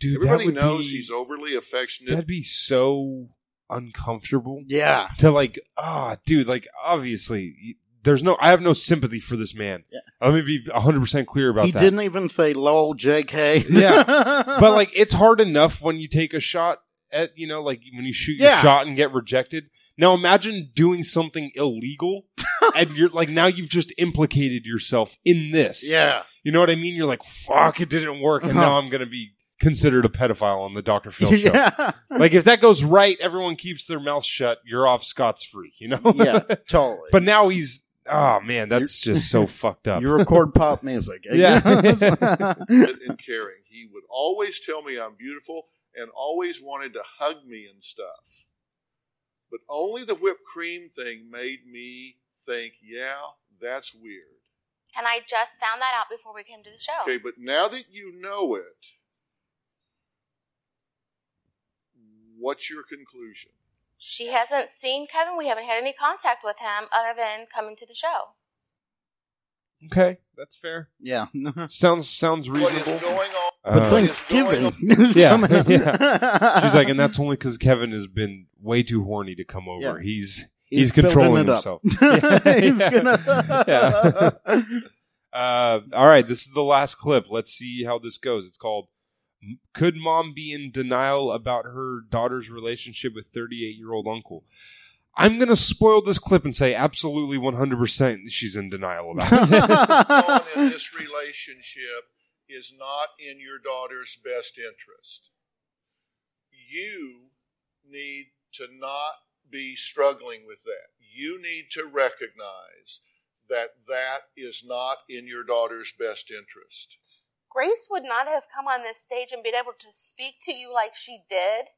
Speaker 2: Dude,
Speaker 7: Everybody
Speaker 2: that would
Speaker 7: knows
Speaker 2: be,
Speaker 7: he's overly affectionate.
Speaker 2: That'd be so uncomfortable.
Speaker 3: Yeah.
Speaker 2: To like, ah, dude, like obviously, y- there's no. I have no sympathy for this man.
Speaker 3: Yeah.
Speaker 2: Let me be 100 percent clear about
Speaker 3: he
Speaker 2: that.
Speaker 3: didn't even say lol jk
Speaker 2: Yeah. but like, it's hard enough when you take a shot at you know, like when you shoot
Speaker 3: Yeah.
Speaker 2: your shot and get rejected. Now imagine doing something illegal, and you're like, now you've just implicated yourself in this.
Speaker 3: yeah
Speaker 2: You know what I mean? You're like, fuck, it didn't work, and
Speaker 3: Uh-huh.
Speaker 2: now I'm gonna be considered a pedophile on the Dr. Phil show.
Speaker 3: yeah
Speaker 2: Like if that goes right, everyone keeps their mouth shut. You're off scotch free, you know.
Speaker 3: yeah totally
Speaker 2: but now he's oh man, that's just so fucked up.
Speaker 3: you record pop music I
Speaker 2: Yeah.
Speaker 3: guess.
Speaker 7: and caring. He would always tell me I'm beautiful and always wanted to hug me and stuff. But only the whipped cream thing made me think, yeah, that's weird.
Speaker 8: And I just found that out before we came to the show.
Speaker 7: Okay, but now that you know it, what's your conclusion?
Speaker 8: She hasn't seen Kevin. We haven't had any contact with him other than coming to the show.
Speaker 2: okay, that's fair.
Speaker 3: yeah
Speaker 2: Sounds sounds
Speaker 7: What is
Speaker 2: reasonable.
Speaker 7: going on?
Speaker 3: but
Speaker 2: Uh,
Speaker 3: thanksgiving is
Speaker 2: Yeah,
Speaker 3: coming up.
Speaker 2: yeah. She's like, and that's only because Kevin has been way too horny to come over.
Speaker 3: Yeah.
Speaker 2: He's
Speaker 3: He's
Speaker 2: he's, controlling
Speaker 3: building it up.
Speaker 2: himself.
Speaker 3: He's gonna-
Speaker 2: Yeah. Uh, all right, this is the last clip. Let's see how this goes. It's called Could mom be in denial about her daughter's relationship with 38 year old uncle? I'm going to spoil this clip and say absolutely 100% she's in denial about
Speaker 7: Someone
Speaker 2: it.
Speaker 7: in this relationship is not in your daughter's best interest. You need to not be struggling with that. You need to recognize that that is not in your daughter's best interest.
Speaker 8: Grace would not have come on this stage and been able to speak to you like she did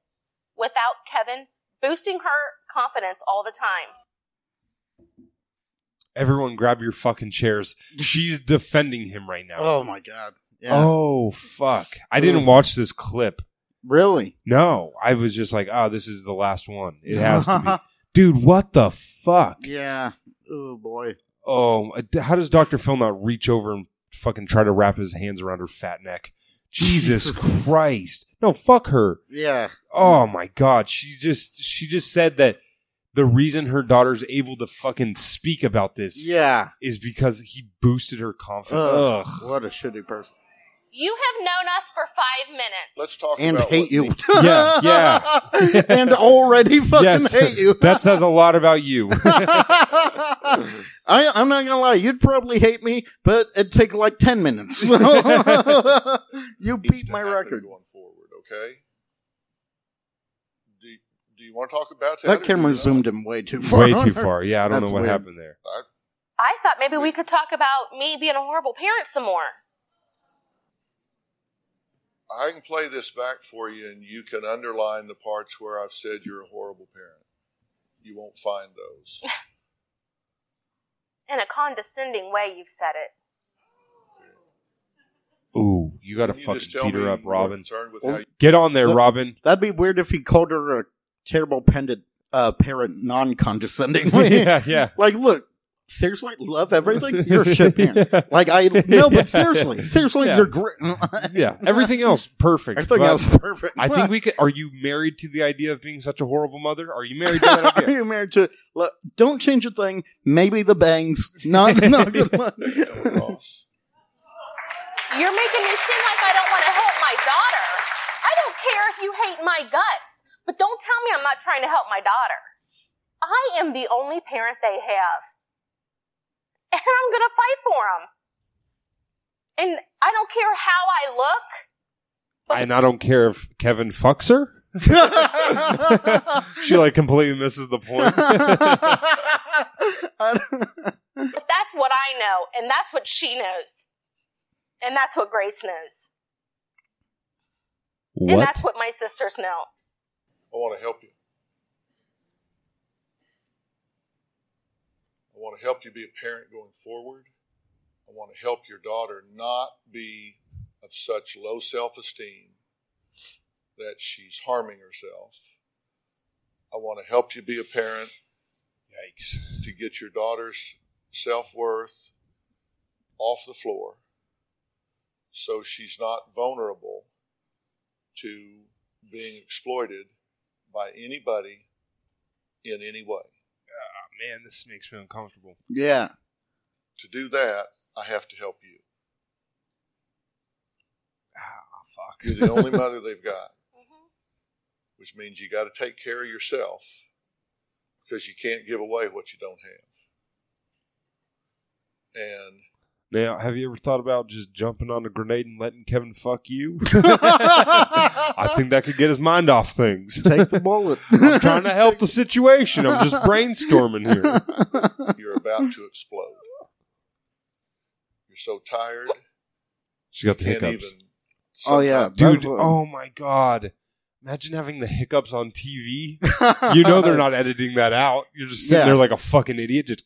Speaker 8: without Kevin boosting her confidence all the time.
Speaker 2: Everyone grab your fucking chairs. She's defending him right now.
Speaker 3: Oh my god.
Speaker 2: Oh fuck. I didn't
Speaker 3: Ooh.
Speaker 2: watch this clip.
Speaker 3: Really?
Speaker 2: No, I was just like, "Oh, this is the last one. It has to be." Dude, what the fuck?
Speaker 3: Yeah. Oh boy.
Speaker 2: Oh, how does Dr. Phil not reach over and fucking try to wrap his hands around her fat neck? Jesus Christ. No, fuck her.
Speaker 3: Yeah.
Speaker 2: Oh my god, she just she just said that the reason her daughter's able to fucking speak about this
Speaker 3: Yeah.
Speaker 2: is because he boosted her confidence.
Speaker 3: Ugh,
Speaker 2: Ugh.
Speaker 3: What a shitty person.
Speaker 8: You have known us for five minutes.
Speaker 7: Let's talk
Speaker 3: And
Speaker 7: about
Speaker 3: hate you.
Speaker 2: Yeah, yeah.
Speaker 3: and already fucking
Speaker 2: Yes.
Speaker 3: hate you.
Speaker 2: that says a lot about you.
Speaker 3: I, I'm not gonna lie, you'd probably hate me, but it'd take like ten minutes. you beat my record.
Speaker 7: going forward, okay? Do, do you want to talk about Uh, that?
Speaker 3: That
Speaker 7: or
Speaker 3: camera
Speaker 7: do you
Speaker 3: zoomed him way too far.
Speaker 2: Way too far. Yeah, I don't
Speaker 3: That's
Speaker 2: know what
Speaker 3: weird.
Speaker 2: happened there.
Speaker 7: not?
Speaker 8: I thought maybe we could talk about me being a horrible parent some more.
Speaker 7: I, I can play this back for you, and you can underline the parts where I've said you're a horrible parent. You won't find those.
Speaker 8: In a condescending way, you've said it.
Speaker 2: Ooh, you got to
Speaker 7: you
Speaker 2: fucking
Speaker 7: just tell
Speaker 2: beat her
Speaker 7: me
Speaker 2: up,
Speaker 7: you were
Speaker 2: Robin.
Speaker 7: concerned with
Speaker 2: Well,
Speaker 7: how you-
Speaker 2: Get on there, Robin.
Speaker 3: That'd be weird if he called her a terrible pendant uh, parent non condescendingly.
Speaker 2: yeah, yeah.
Speaker 3: Like, look, seriously, love everything. You're a shit man. Like, I no, but seriously, seriously,
Speaker 2: Yeah.
Speaker 3: you're great.
Speaker 2: Yeah, everything else perfect.
Speaker 3: Everything
Speaker 2: but
Speaker 3: else perfect.
Speaker 2: I think we could. Are you married to the idea of being such a horrible mother? Are you married to that
Speaker 3: Are
Speaker 2: idea?
Speaker 3: you married to? Look, don't change a thing. Maybe the bangs. Not, not good luck.
Speaker 7: Ross.
Speaker 8: You're making me seem like I don't want to help my daughter. I don't care if you hate my guts, but don't tell me I'm not trying to help my daughter. I am the only parent they have. And I'm going to fight for them. And I don't care how I look.
Speaker 2: and I don't care if Kevin fucks her. she like completely misses the point.
Speaker 8: But that's what I know, and that's what she knows. And that's what Grace knows. And that's what my sisters know.
Speaker 7: I want to help you. I want to help you be a parent going forward. I want to help your daughter not be of such low self esteem that she's harming herself. I want to help you be a parent
Speaker 2: Yikes!
Speaker 7: to get your daughter's self worth off the floor so she's not vulnerable to being exploited by anybody in any way.
Speaker 2: Man, this makes me uncomfortable.
Speaker 3: yeah.
Speaker 7: To do that, I have to help you.
Speaker 2: Ah, fuck. Mm-hmm.
Speaker 7: You're the only mother they've got, which means you got to take care of yourself because you can't give away what you don't have. And
Speaker 2: Now, have you ever thought about just jumping on a grenade and letting Kevin fuck you? I think that could get his mind off things.
Speaker 3: Take the bullet.
Speaker 2: I'm trying to help the situation. I'm just brainstorming here.
Speaker 7: you're about to explode. You're so tired.
Speaker 2: She got the
Speaker 7: Can't even.
Speaker 2: hiccups.
Speaker 3: Oh, yeah.
Speaker 2: Dude,
Speaker 3: That's what-
Speaker 2: oh my god. Imagine having the hiccups on TV. You know they're not editing that out. You're just sitting
Speaker 3: Yeah.
Speaker 2: there like a fucking idiot. Just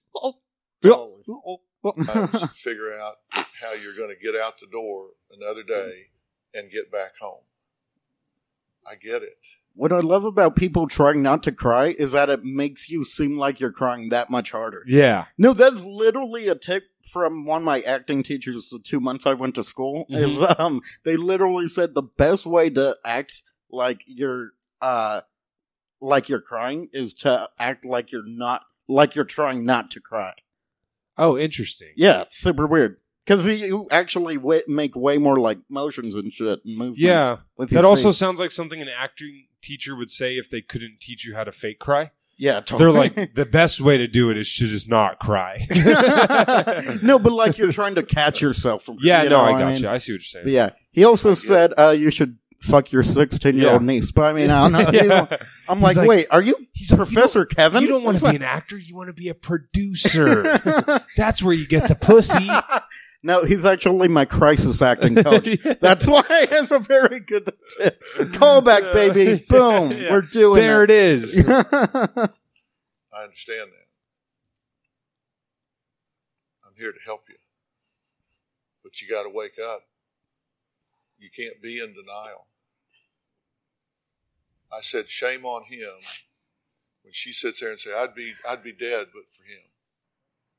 Speaker 7: sometimes figure out how you're going to get out the door another day and get back home. I get it.
Speaker 3: What I love about people trying not to cry is that it makes you seem like you're crying that much harder.
Speaker 2: Yeah.
Speaker 3: No, that's literally a tip from one of my acting teachers the two months I went to school.
Speaker 2: Mm-hmm.
Speaker 3: Is um they literally said the best way to act like you're uh like you're crying is to act like you're not like you're trying not to cry.
Speaker 2: Oh, interesting.
Speaker 3: Yeah, it's super weird. Because you actually w- make way more like motions and shit and movements.
Speaker 2: Yeah,
Speaker 3: with your
Speaker 2: that also
Speaker 3: feet.
Speaker 2: sounds like something an acting teacher would say if they couldn't teach you how to fake cry.
Speaker 3: Yeah, totally.
Speaker 2: they're like the best way to do it is to just not cry.
Speaker 3: no, but like you're trying to catch yourself from.
Speaker 2: Yeah,
Speaker 3: you
Speaker 2: no,
Speaker 3: know
Speaker 2: I
Speaker 3: what
Speaker 2: gotcha.
Speaker 3: mean?
Speaker 2: I see what you're saying.
Speaker 3: But yeah, he also said uh, you should suck your 16 year old
Speaker 2: Yeah.
Speaker 3: niece. But I mean, I don't know.
Speaker 2: Yeah.
Speaker 3: You know, I'm
Speaker 2: He's
Speaker 3: like,
Speaker 2: like-
Speaker 3: wait, are you Professor Kevin?
Speaker 2: you don't want to be an actor. You want to be a producer. That's where you get the pussy.
Speaker 3: No, he's actually my crisis acting
Speaker 2: Oh,
Speaker 3: coach. That's why it's a very good tip. Callback, baby. Boom.
Speaker 2: Yeah.
Speaker 3: We're doing
Speaker 2: There it is.
Speaker 7: I understand that. I'm here to help you. But you got to wake up. You can't be in denial. I said, shame on him when she sits there and say, I'd be, I'd be dead but for him.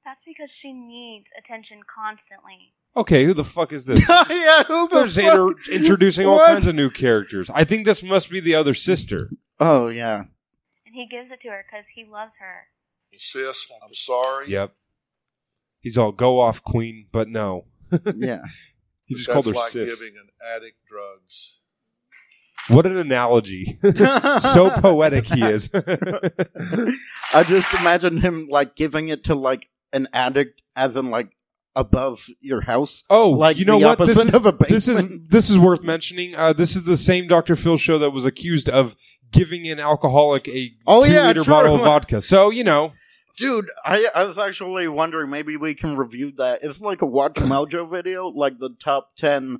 Speaker 8: That's because she needs attention constantly.
Speaker 2: Okay, who the fuck is this?
Speaker 3: yeah, who
Speaker 2: They're
Speaker 3: the
Speaker 2: just inter-
Speaker 3: fuck?
Speaker 2: introducing all
Speaker 3: What?
Speaker 2: kinds of new characters. I think this must be the other sister.
Speaker 3: Oh yeah.
Speaker 8: And he gives it to her because he loves her.
Speaker 7: Sis, I'm sorry.
Speaker 2: Yep. He's all go off queen, but no.
Speaker 3: yeah.
Speaker 2: He just
Speaker 7: That's
Speaker 2: called her
Speaker 7: like
Speaker 2: sis.
Speaker 7: giving an addict drugs.
Speaker 2: What an analogy. so poetic he is.
Speaker 3: I just imagine him like giving it to like an addict, as in like above your house.
Speaker 2: Oh,
Speaker 3: like
Speaker 2: you know
Speaker 3: the
Speaker 2: what? This
Speaker 3: Opposite
Speaker 2: is,
Speaker 3: of a
Speaker 2: this is this is worth mentioning. Uh, this is the same Dr. Phil show that was accused of giving an alcoholic a
Speaker 3: Oh,
Speaker 2: two
Speaker 3: yeah,
Speaker 2: liter
Speaker 3: true.
Speaker 2: bottle of vodka. So you know,
Speaker 3: dude. I, I was actually wondering maybe we can review that. It's like a Watch Mojo video, like the top ten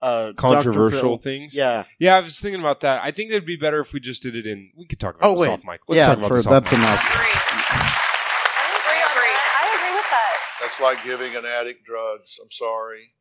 Speaker 3: uh, Dr.
Speaker 2: controversial
Speaker 3: Phil.
Speaker 2: things.
Speaker 3: Yeah.
Speaker 2: yeah. I was thinking about that. I think it'd be better if we just did it in. We could talk about
Speaker 3: Oh
Speaker 2: this
Speaker 3: wait,
Speaker 2: off mic. Let's
Speaker 3: yeah,
Speaker 2: talk about
Speaker 3: true.
Speaker 2: this off
Speaker 3: that's
Speaker 2: mic.
Speaker 3: enough.
Speaker 8: Agree I agree with that.
Speaker 7: That's like giving an addict drugs. I'm sorry.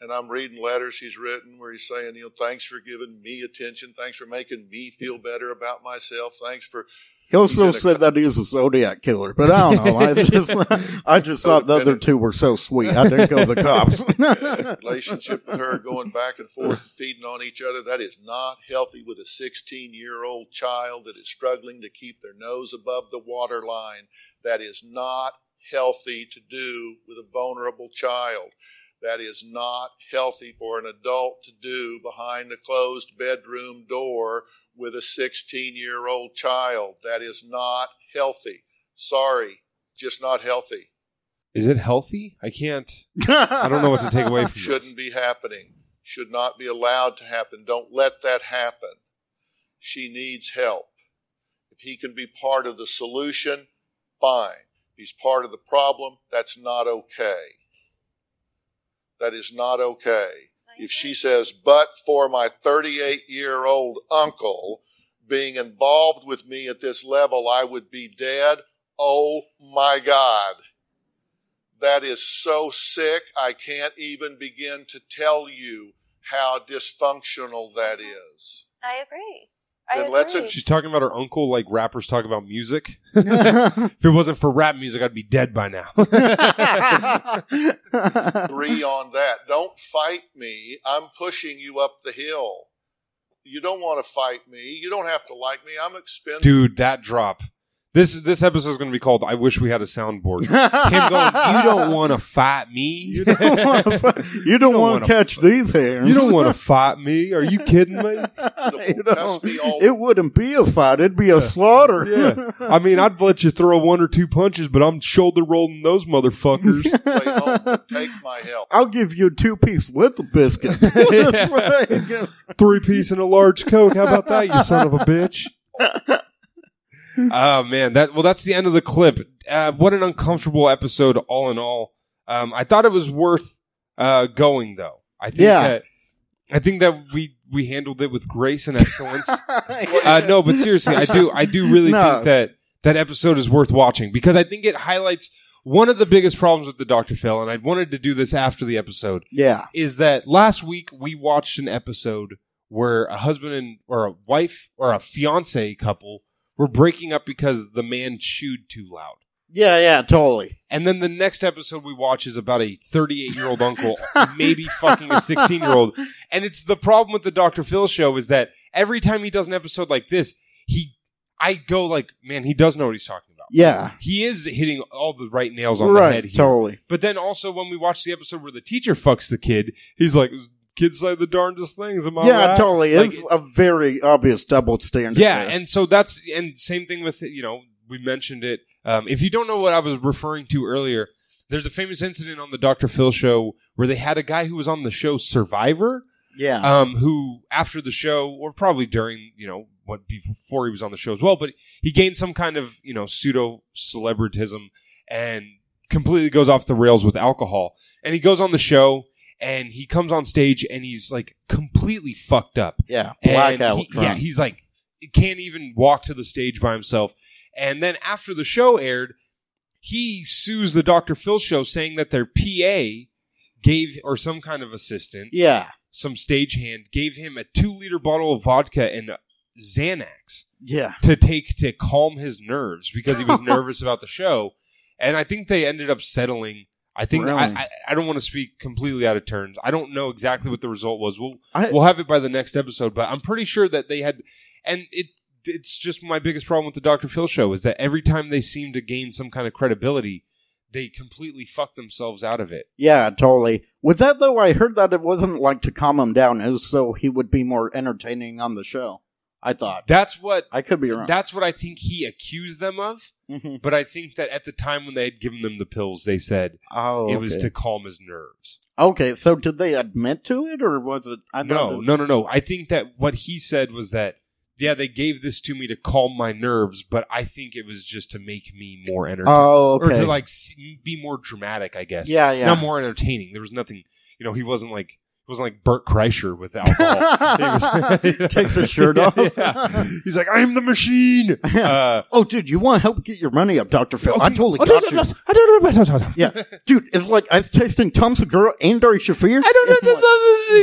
Speaker 7: And I'm reading letters he's written where he's saying, you know, thanks for giving me attention. Thanks for making me feel better about myself. Thanks for
Speaker 3: He also
Speaker 7: He's in a
Speaker 3: said that he was a Zodiac killer, but I don't know. I just, I just thought the other two were so sweet. I didn't go to the cops.
Speaker 7: relationship with her going back and forth and feeding on each other. That is not healthy with a 16 year old child that is struggling to keep their nose above the waterline. That is not healthy to do with a vulnerable child. That is not healthy for an adult to do behind the closed bedroom door with a 16 year old child. That is not healthy. Sorry, just not healthy.
Speaker 2: Is it healthy? I can't. I don't know what to take away from this.
Speaker 7: Shouldn't be happening. Should not be allowed to happen. Don't let that happen. She needs help. If he can be part of the solution, fine. If he's part of the problem, that's not okay. That is not okay. If she says, but for my 38 year old uncle being involved with me at this level, I would be dead. Oh my God. That is so sick, I can't even begin to tell you how dysfunctional that is.
Speaker 8: I agree. I
Speaker 7: Then
Speaker 8: agree.
Speaker 7: let's
Speaker 2: She's talking about her uncle like rappers talk about music. if it wasn't for rap music, I'd be dead by now.
Speaker 7: Agree on that. Don't fight me. I'm pushing you up the hill. You don't want to fight me. You don't have to like me. I'm expendable.
Speaker 2: Dude, that drop. This this episode is going to be called "I Wish We Had a Soundboard." Him going, "You don't want to fight me. You don't want to.
Speaker 3: you don't, want to catch these hands.
Speaker 2: You don't want to fight me. Are you kidding me?
Speaker 3: You know, it wouldn't be a fight. It'd be a slaughter.
Speaker 2: Yeah. I mean, I'd let you throw one or two punches, but I'm shoulder rolling those motherfuckers.
Speaker 7: Take my help.
Speaker 3: I'll give you a two piece with a biscuit.
Speaker 2: Three piece and a large coke. How about that, you son of a bitch? Oh man, that well, that's the end of the clip. Uh, what an uncomfortable episode, all in all. Um, I thought it was worth uh, going though. I think
Speaker 3: Yeah.
Speaker 2: that I think that we we handled it with grace and excellence. uh, no, but seriously, I do I do really
Speaker 3: No.
Speaker 2: think that that episode is worth watching because I think it highlights one of the biggest problems with the Doctor Phil, and I wanted to do this after the episode
Speaker 3: yeah.
Speaker 2: is that last week we watched an episode where a husband and or a wife or a fiance couple were breaking up because the man chewed too loud.
Speaker 3: Yeah, yeah, totally.
Speaker 2: And then the next episode we watch is about a 38 year old uncle, maybe fucking a 16 year old. And it's the problem with the Dr. Phil show is that every time he does an episode like this, he, I go like, man, he does know what he's talking about. about.
Speaker 3: Yeah.
Speaker 2: He is hitting all the right nails on
Speaker 3: Right,
Speaker 2: the head here.
Speaker 3: totally.
Speaker 2: But then also when we watch the episode where the teacher fucks the kid, he's like, "Kids say the darndest things." Am I
Speaker 3: yeah,
Speaker 2: right?"
Speaker 3: totally.
Speaker 2: Like,
Speaker 3: it's, a very obvious double standard.
Speaker 2: yeah,
Speaker 3: there.
Speaker 2: and so that's and same thing with you know we mentioned it. Um, if you don't know what I was referring to earlier, there's a famous incident on the Dr. Phil show where they had a guy who was on the show Survivor.
Speaker 3: Yeah.
Speaker 2: Um, who after the show, or probably during, you know, what before he was on the show as well, but he gained some kind of you know pseudo celebritism and completely goes off the rails with alcohol. And he goes on the show and he comes on stage and he's like completely fucked up.
Speaker 3: Yeah,
Speaker 2: And
Speaker 3: blackout
Speaker 2: he-
Speaker 3: drunk.
Speaker 2: yeah, he's like can't even walk to the stage by himself. And then after the show aired, he sues the Dr. Phil show saying that their PA gave or some kind of assistant,
Speaker 3: Yeah.
Speaker 2: some stagehand gave him a 2 liter bottle of vodka and Xanax
Speaker 3: Yeah.
Speaker 2: to take to calm his nerves because he was nervous about the show. And I think they ended up settling. I think I,
Speaker 3: Really?
Speaker 2: I, I don't want to speak completely out of turn. I don't know exactly what the result was. We'll
Speaker 3: I-
Speaker 2: we'll have it by the next episode, but I'm pretty sure that they had. And it it's just my biggest problem with the Dr. Phil show is that every time they seem to gain some kind of credibility, they completely fuck themselves out of it.
Speaker 3: Yeah, totally. With that though, I heard that it wasn't like to calm him down, it was so he would be more entertaining on the show. I thought
Speaker 2: That's what
Speaker 3: I could be wrong.
Speaker 2: That's what I think he accused them of.
Speaker 3: Mhm.
Speaker 2: But I think that at the time when they had given them the pills, they said
Speaker 3: Oh,
Speaker 2: it was
Speaker 3: okay.
Speaker 2: to calm his nerves.
Speaker 3: okay, so did they admit to it, or was it? I thought
Speaker 2: No,
Speaker 3: it-
Speaker 2: no, no, no. I think that what he said was that yeah, they gave this to me to calm my nerves, but I think it was just to make me more entertaining,
Speaker 3: Oh,
Speaker 2: or
Speaker 3: okay.
Speaker 2: to like see, be more dramatic. I guess.
Speaker 3: Yeah, yeah.
Speaker 2: Not more entertaining. There was nothing. You know, he wasn't like he wasn't like Bert Kreischer with alcohol. He was-
Speaker 3: Takes his shirt
Speaker 2: Yeah,
Speaker 3: off.
Speaker 2: yeah. He's like, I'm the machine. Uh,
Speaker 3: oh, dude, you want to help get your money up, Doctor Phil? I totally
Speaker 2: Oh,
Speaker 3: got
Speaker 2: no,
Speaker 3: you.
Speaker 2: no, no, I don't know about
Speaker 3: Yeah, dude, it's like I was tasting Tom Segura and Dari Shafir. I
Speaker 2: don't know.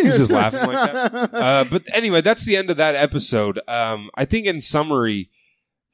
Speaker 2: He's just laughing like that. Uh, but anyway, that's the end of that episode. Um, I think in summary,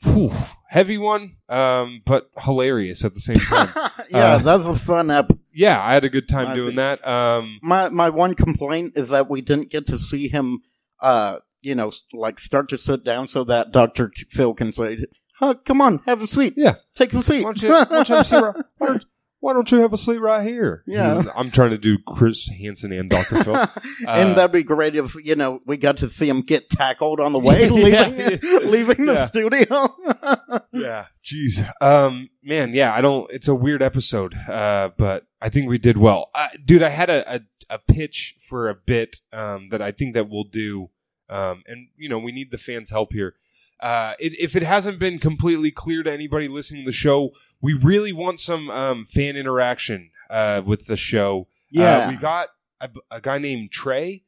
Speaker 2: whew, heavy one, um, but hilarious at the same time.
Speaker 3: yeah,
Speaker 2: Uh,
Speaker 3: that's a fun app.
Speaker 2: yeah, I had a good time
Speaker 3: I
Speaker 2: doing
Speaker 3: think-
Speaker 2: that. Um,
Speaker 3: My my one complaint is that we didn't get to see him. Uh, you know, s- like start to sit down so that Doctor Phil can say, huh, "Come on, have a seat.
Speaker 2: Yeah,
Speaker 3: take a seat.
Speaker 2: don't you- why don't you have a seat right- why don't- why don't you have a seat right here?
Speaker 3: Yeah.
Speaker 2: I'm trying to do Chris Hansen and Dr. Phil.
Speaker 3: and
Speaker 2: Uh,
Speaker 3: that'd be great if you know we got to see him get tackled on the way leaving leaving the
Speaker 2: Yeah. Uh,
Speaker 3: studio.
Speaker 2: yeah jeez um man yeah i don't it's a weird episode uh but i think we did well uh, dude i had a, a a pitch for a bit um that i think that we'll do um and you know we need the fans help here uh it, if it hasn't been completely clear to anybody listening to the show we really want some um fan interaction uh with the show
Speaker 3: Yeah.
Speaker 2: uh, we got a, a guy named trey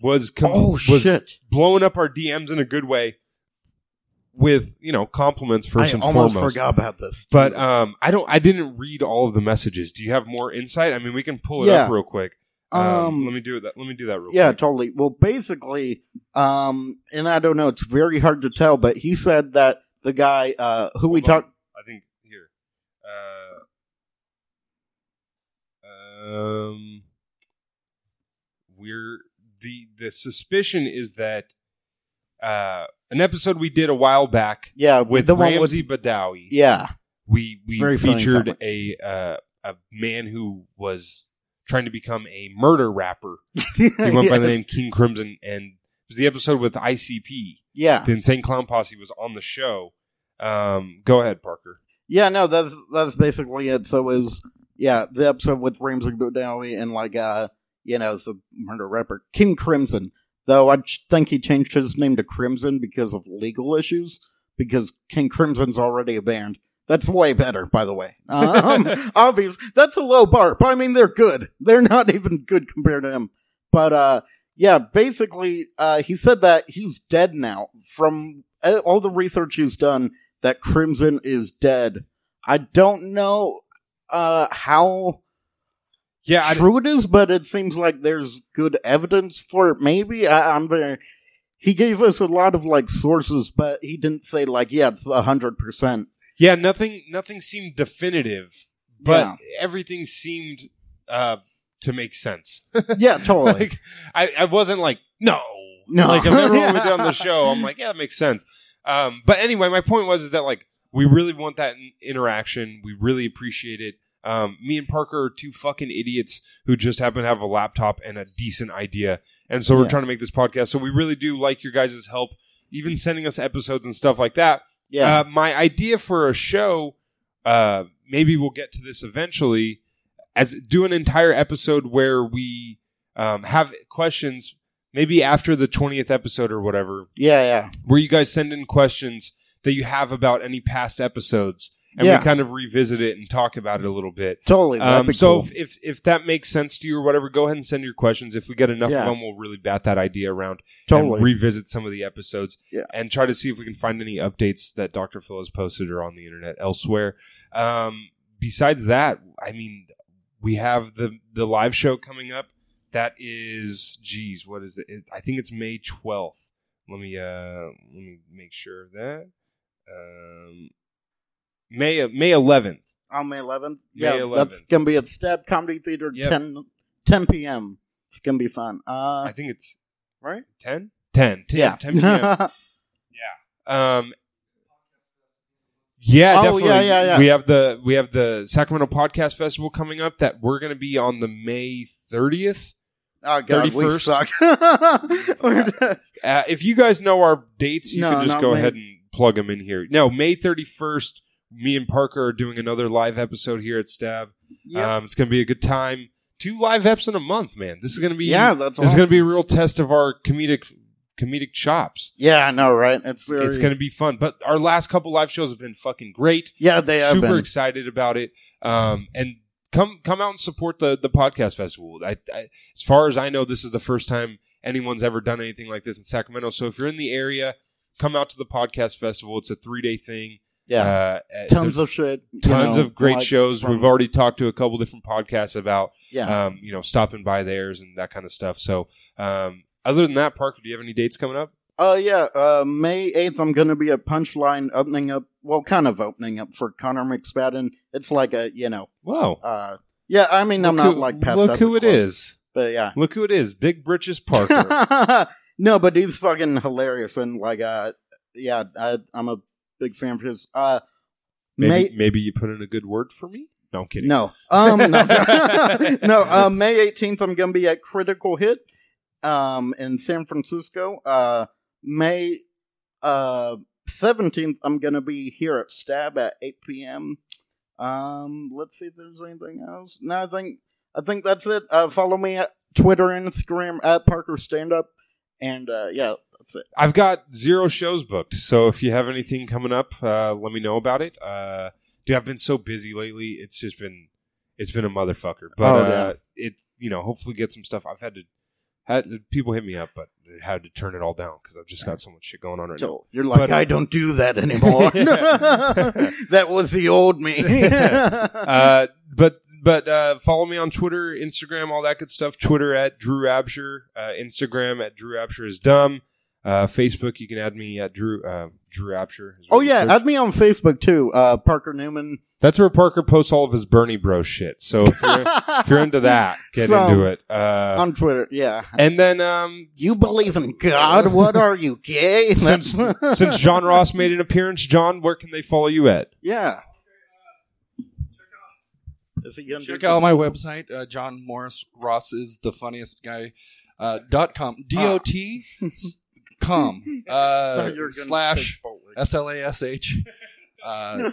Speaker 2: was com-
Speaker 3: Oh,
Speaker 2: was
Speaker 3: shit.
Speaker 2: blowing up our dms in a good way with you know compliments first
Speaker 3: I
Speaker 2: and
Speaker 3: almost
Speaker 2: foremost.
Speaker 3: forgot about this.
Speaker 2: But um, I don't. I didn't read all of the messages. Do you have more insight? I mean, we can pull it
Speaker 3: Yeah.
Speaker 2: up real quick. Um,
Speaker 3: Um,
Speaker 2: let me do that. Let me do that real
Speaker 3: Yeah,
Speaker 2: quick.
Speaker 3: totally. Well, basically, um, and I don't know, it's very hard to tell, but he said that the guy uh, who we
Speaker 2: Hold on.
Speaker 3: talked.
Speaker 2: I think here. Uh, um, we're the the suspicion is that uh, an episode we did a while back.
Speaker 3: Yeah,
Speaker 2: with
Speaker 3: the one with-
Speaker 2: Ramsey Badawi.
Speaker 3: Yeah.
Speaker 2: we we
Speaker 3: Very funny
Speaker 2: featured a uh, a man who was trying to become a murder rapper. he went by the
Speaker 3: Yes.
Speaker 2: name King Crimson, and it was the episode with ICP.
Speaker 3: Yeah.
Speaker 2: the Insane Clown Posse was on the show. Um, go ahead, Parker.
Speaker 3: Yeah, no, that's that's basically it. So it was yeah, the episode with Ramsey Badawi and like uh, you know, the murder rapper King Crimson. Though I ch- think he changed his name to Crimson because of legal issues. Because King Crimson's already a band. That's way better, by the way. Um, obvious. That's a low bar, but I mean they're good. They're not even good compared to him. But uh, yeah, basically, uh, he said that he's dead now. From uh, all the research he's done, that Crimson is dead. I don't know uh, how
Speaker 2: yeah, I-
Speaker 3: true it is, but it seems like there's good evidence for it. Maybe I, I'm very. He gave us a lot of like sources, but he didn't say like, yeah, it's hundred percent.
Speaker 2: Yeah, nothing nothing seemed definitive, but everything seemed uh, to make sense.
Speaker 3: Yeah, totally.
Speaker 2: like I, I wasn't like no,
Speaker 3: No.
Speaker 2: Like if everyone went
Speaker 3: Yeah.
Speaker 2: down the show, I'm like yeah, that makes sense. Um, but anyway, my point was is that like We really want that in- interaction. We really appreciate it. Um, me and Parker are two fucking idiots who just happen to have a laptop and a decent idea. And so we're
Speaker 12: Yeah.
Speaker 2: trying to make this podcast. So we really do like your guys' help, even sending us episodes and stuff like that.
Speaker 12: Yeah.
Speaker 2: Uh, my idea for a show, uh, maybe we'll get to this eventually, as do an entire episode where we um, have questions, maybe after the 20th episode or whatever
Speaker 3: Yeah, yeah.
Speaker 2: where you guys send in questions that you have about any past episodes and
Speaker 3: Yeah.
Speaker 2: we kind of revisit it and talk about it a little bit.
Speaker 3: Totally, that'd be
Speaker 2: um, so
Speaker 3: cool.
Speaker 2: if, if if that makes sense to you or whatever, go ahead and send your questions. If we get enough
Speaker 3: Yeah.
Speaker 2: of them, we'll really bat that idea around
Speaker 3: Totally.
Speaker 2: and revisit some of the episodes
Speaker 3: Yeah.
Speaker 2: and try to see if we can find any updates that Dr. Phil has posted or on the internet elsewhere. Um, besides that, I mean, we have the the live show coming up. That is, geez, what is it? it I think it's May twelfth. Let me uh, let me make sure of that um, May uh, May eleventh.
Speaker 3: On May 11th?
Speaker 2: May
Speaker 3: Yeah,
Speaker 2: 11th.
Speaker 3: that's going to be at Stab Comedy Theater,
Speaker 2: Yep.
Speaker 3: 10, 10 p.m. It's going to be fun. Uh,
Speaker 2: I think it's
Speaker 3: right?
Speaker 2: 10? 10. 10,
Speaker 3: Yeah.
Speaker 2: 10 p.m. yeah. Um, yeah,
Speaker 3: Oh,
Speaker 2: definitely.
Speaker 3: yeah, yeah, yeah.
Speaker 2: We have the we have the Sacramento Podcast Festival coming up that we're going to be on the May thirtieth.
Speaker 3: Oh, God, we suck.
Speaker 2: uh, if you guys know our dates, you
Speaker 3: No,
Speaker 2: can just
Speaker 3: not
Speaker 2: go
Speaker 3: May.
Speaker 2: ahead and plug them in here. No, May 31st, me and Parker are doing another live episode here at Stab.
Speaker 3: Yep.
Speaker 2: Um, it's going to be a good time. Two live eps in a month, man. This is going to be
Speaker 3: Yeah, that's
Speaker 2: this is going to be a real test of our comedic comedic chops.
Speaker 3: Yeah, I know, right? It's very.
Speaker 2: It's going to be fun. But our last couple live shows have been fucking great.
Speaker 3: Yeah, they have
Speaker 2: super
Speaker 3: been.
Speaker 2: excited about it. Um, and come come out and support the the podcast festival. I, I, as far as I know, this is the first time anyone's ever done anything like this in Sacramento. So if you're in the area, come out to the podcast festival. It's a three day thing.
Speaker 3: Yeah.
Speaker 2: uh,
Speaker 3: Tons
Speaker 2: there's
Speaker 3: of shit, you
Speaker 2: Tons
Speaker 3: know,
Speaker 2: of great
Speaker 3: like
Speaker 2: shows.
Speaker 3: from-
Speaker 2: We've already talked to a couple different podcasts about,
Speaker 3: Yeah.
Speaker 2: um, you know, stopping by theirs and that kind of stuff. So, um, other than that, Parker, do you have any dates coming up?
Speaker 3: Oh yeah, uh, May eighth. I'm going to be at Punchline opening up. Well, kind of opening up for Connor McSpadden. It's like a you know.
Speaker 2: Wow.
Speaker 3: Uh, yeah, I mean, I'm
Speaker 2: Look
Speaker 3: not
Speaker 2: who-
Speaker 3: like past
Speaker 2: Look
Speaker 3: up
Speaker 2: who
Speaker 3: the
Speaker 2: it
Speaker 3: club,
Speaker 2: is.
Speaker 3: but yeah.
Speaker 2: Look who it is. Big Britches Parker.
Speaker 3: no, but he's fucking hilarious and like uh, yeah, I, I'm a big fan of his. Uh,
Speaker 2: maybe,
Speaker 3: May
Speaker 2: maybe you put in a good word for me? No, I'm kidding.
Speaker 3: No. Um, no, no uh, May 18th, I'm going to be at Critical Hit um, in San Francisco. Uh, May uh, 17th, I'm going to be here at Stab at 8 p.m. Um, let's see if there's anything else. No, I think I think that's it. Uh, follow me at Twitter and Instagram at Parker Stand Up. And uh, yeah, that's it.
Speaker 2: I've got zero shows booked, so if you have anything coming up, uh, let me know about it. Uh, dude, I've been so busy lately; it's just been it's been a motherfucker. But
Speaker 3: Oh,
Speaker 2: uh, it you know, hopefully get some stuff. I've had to had people hit me up, but I had to turn it all down because I've just got so much shit going on right now.
Speaker 3: So you're like,
Speaker 2: But, uh,
Speaker 3: I don't do that anymore. that was the old me.
Speaker 2: uh, but but uh, follow me on Twitter, Instagram, all that good stuff. Twitter at Drew Absher, uh, Instagram at Drew Absher is dumb. Uh, Facebook, you can add me at Drew uh, Drew Absher. is what
Speaker 3: Oh
Speaker 2: you
Speaker 3: yeah,
Speaker 2: search.
Speaker 3: add me on Facebook too. Uh, Parker Newman.
Speaker 2: That's where Parker posts all of his Bernie bro shit. So if you're, if you're into that, get
Speaker 3: So,
Speaker 2: into it. Uh,
Speaker 3: on Twitter, yeah.
Speaker 2: and then um,
Speaker 3: you believe in God? What are you gay?
Speaker 2: since,
Speaker 3: That's-
Speaker 2: since John Ross made an appearance, John, where can they follow you at?
Speaker 3: yeah. Is he gonna
Speaker 9: Check
Speaker 3: do-
Speaker 9: out my website. Uh, John Morris Ross is the funniest guy. Uh, dot com. D O T com. Uh,
Speaker 12: Thought you were gonna
Speaker 9: slash
Speaker 2: Uh,
Speaker 9: S L A S H. Uh,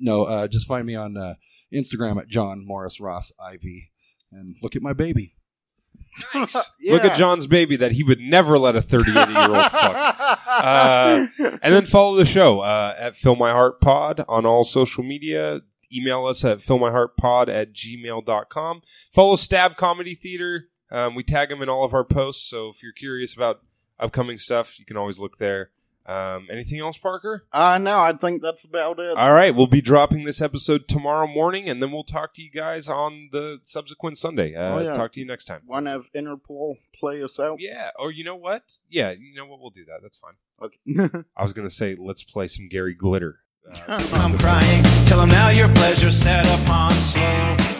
Speaker 9: No, uh, just find me on uh, Instagram at John Morris Ross IV and look at my baby.
Speaker 2: Look at John's baby that he would never let a 38 year old fuck. Uh, and then follow the show uh, at Fill My Heart Pod on all social media. Email us at fillmyheartpod at gmail.com. Follow Stab Comedy Theater. Um, we tag them in all of our posts. So if you're curious about upcoming stuff, you can always look there. Um, anything else, Parker?
Speaker 3: Uh, no, I think that's about it.
Speaker 2: All right, we'll be dropping this episode tomorrow morning, and then we'll talk to you guys on the subsequent Sunday. Uh,
Speaker 3: Oh, yeah.
Speaker 2: Talk to you next time.
Speaker 3: Want to have Interpol play us out?
Speaker 2: Yeah. Or you know what? Yeah, you know what? We'll do that. That's fine.
Speaker 3: Okay.
Speaker 2: I was gonna say let's play some Gary Glitter. Uh,
Speaker 1: I'm crying till I'm now your pleasure set upon slow.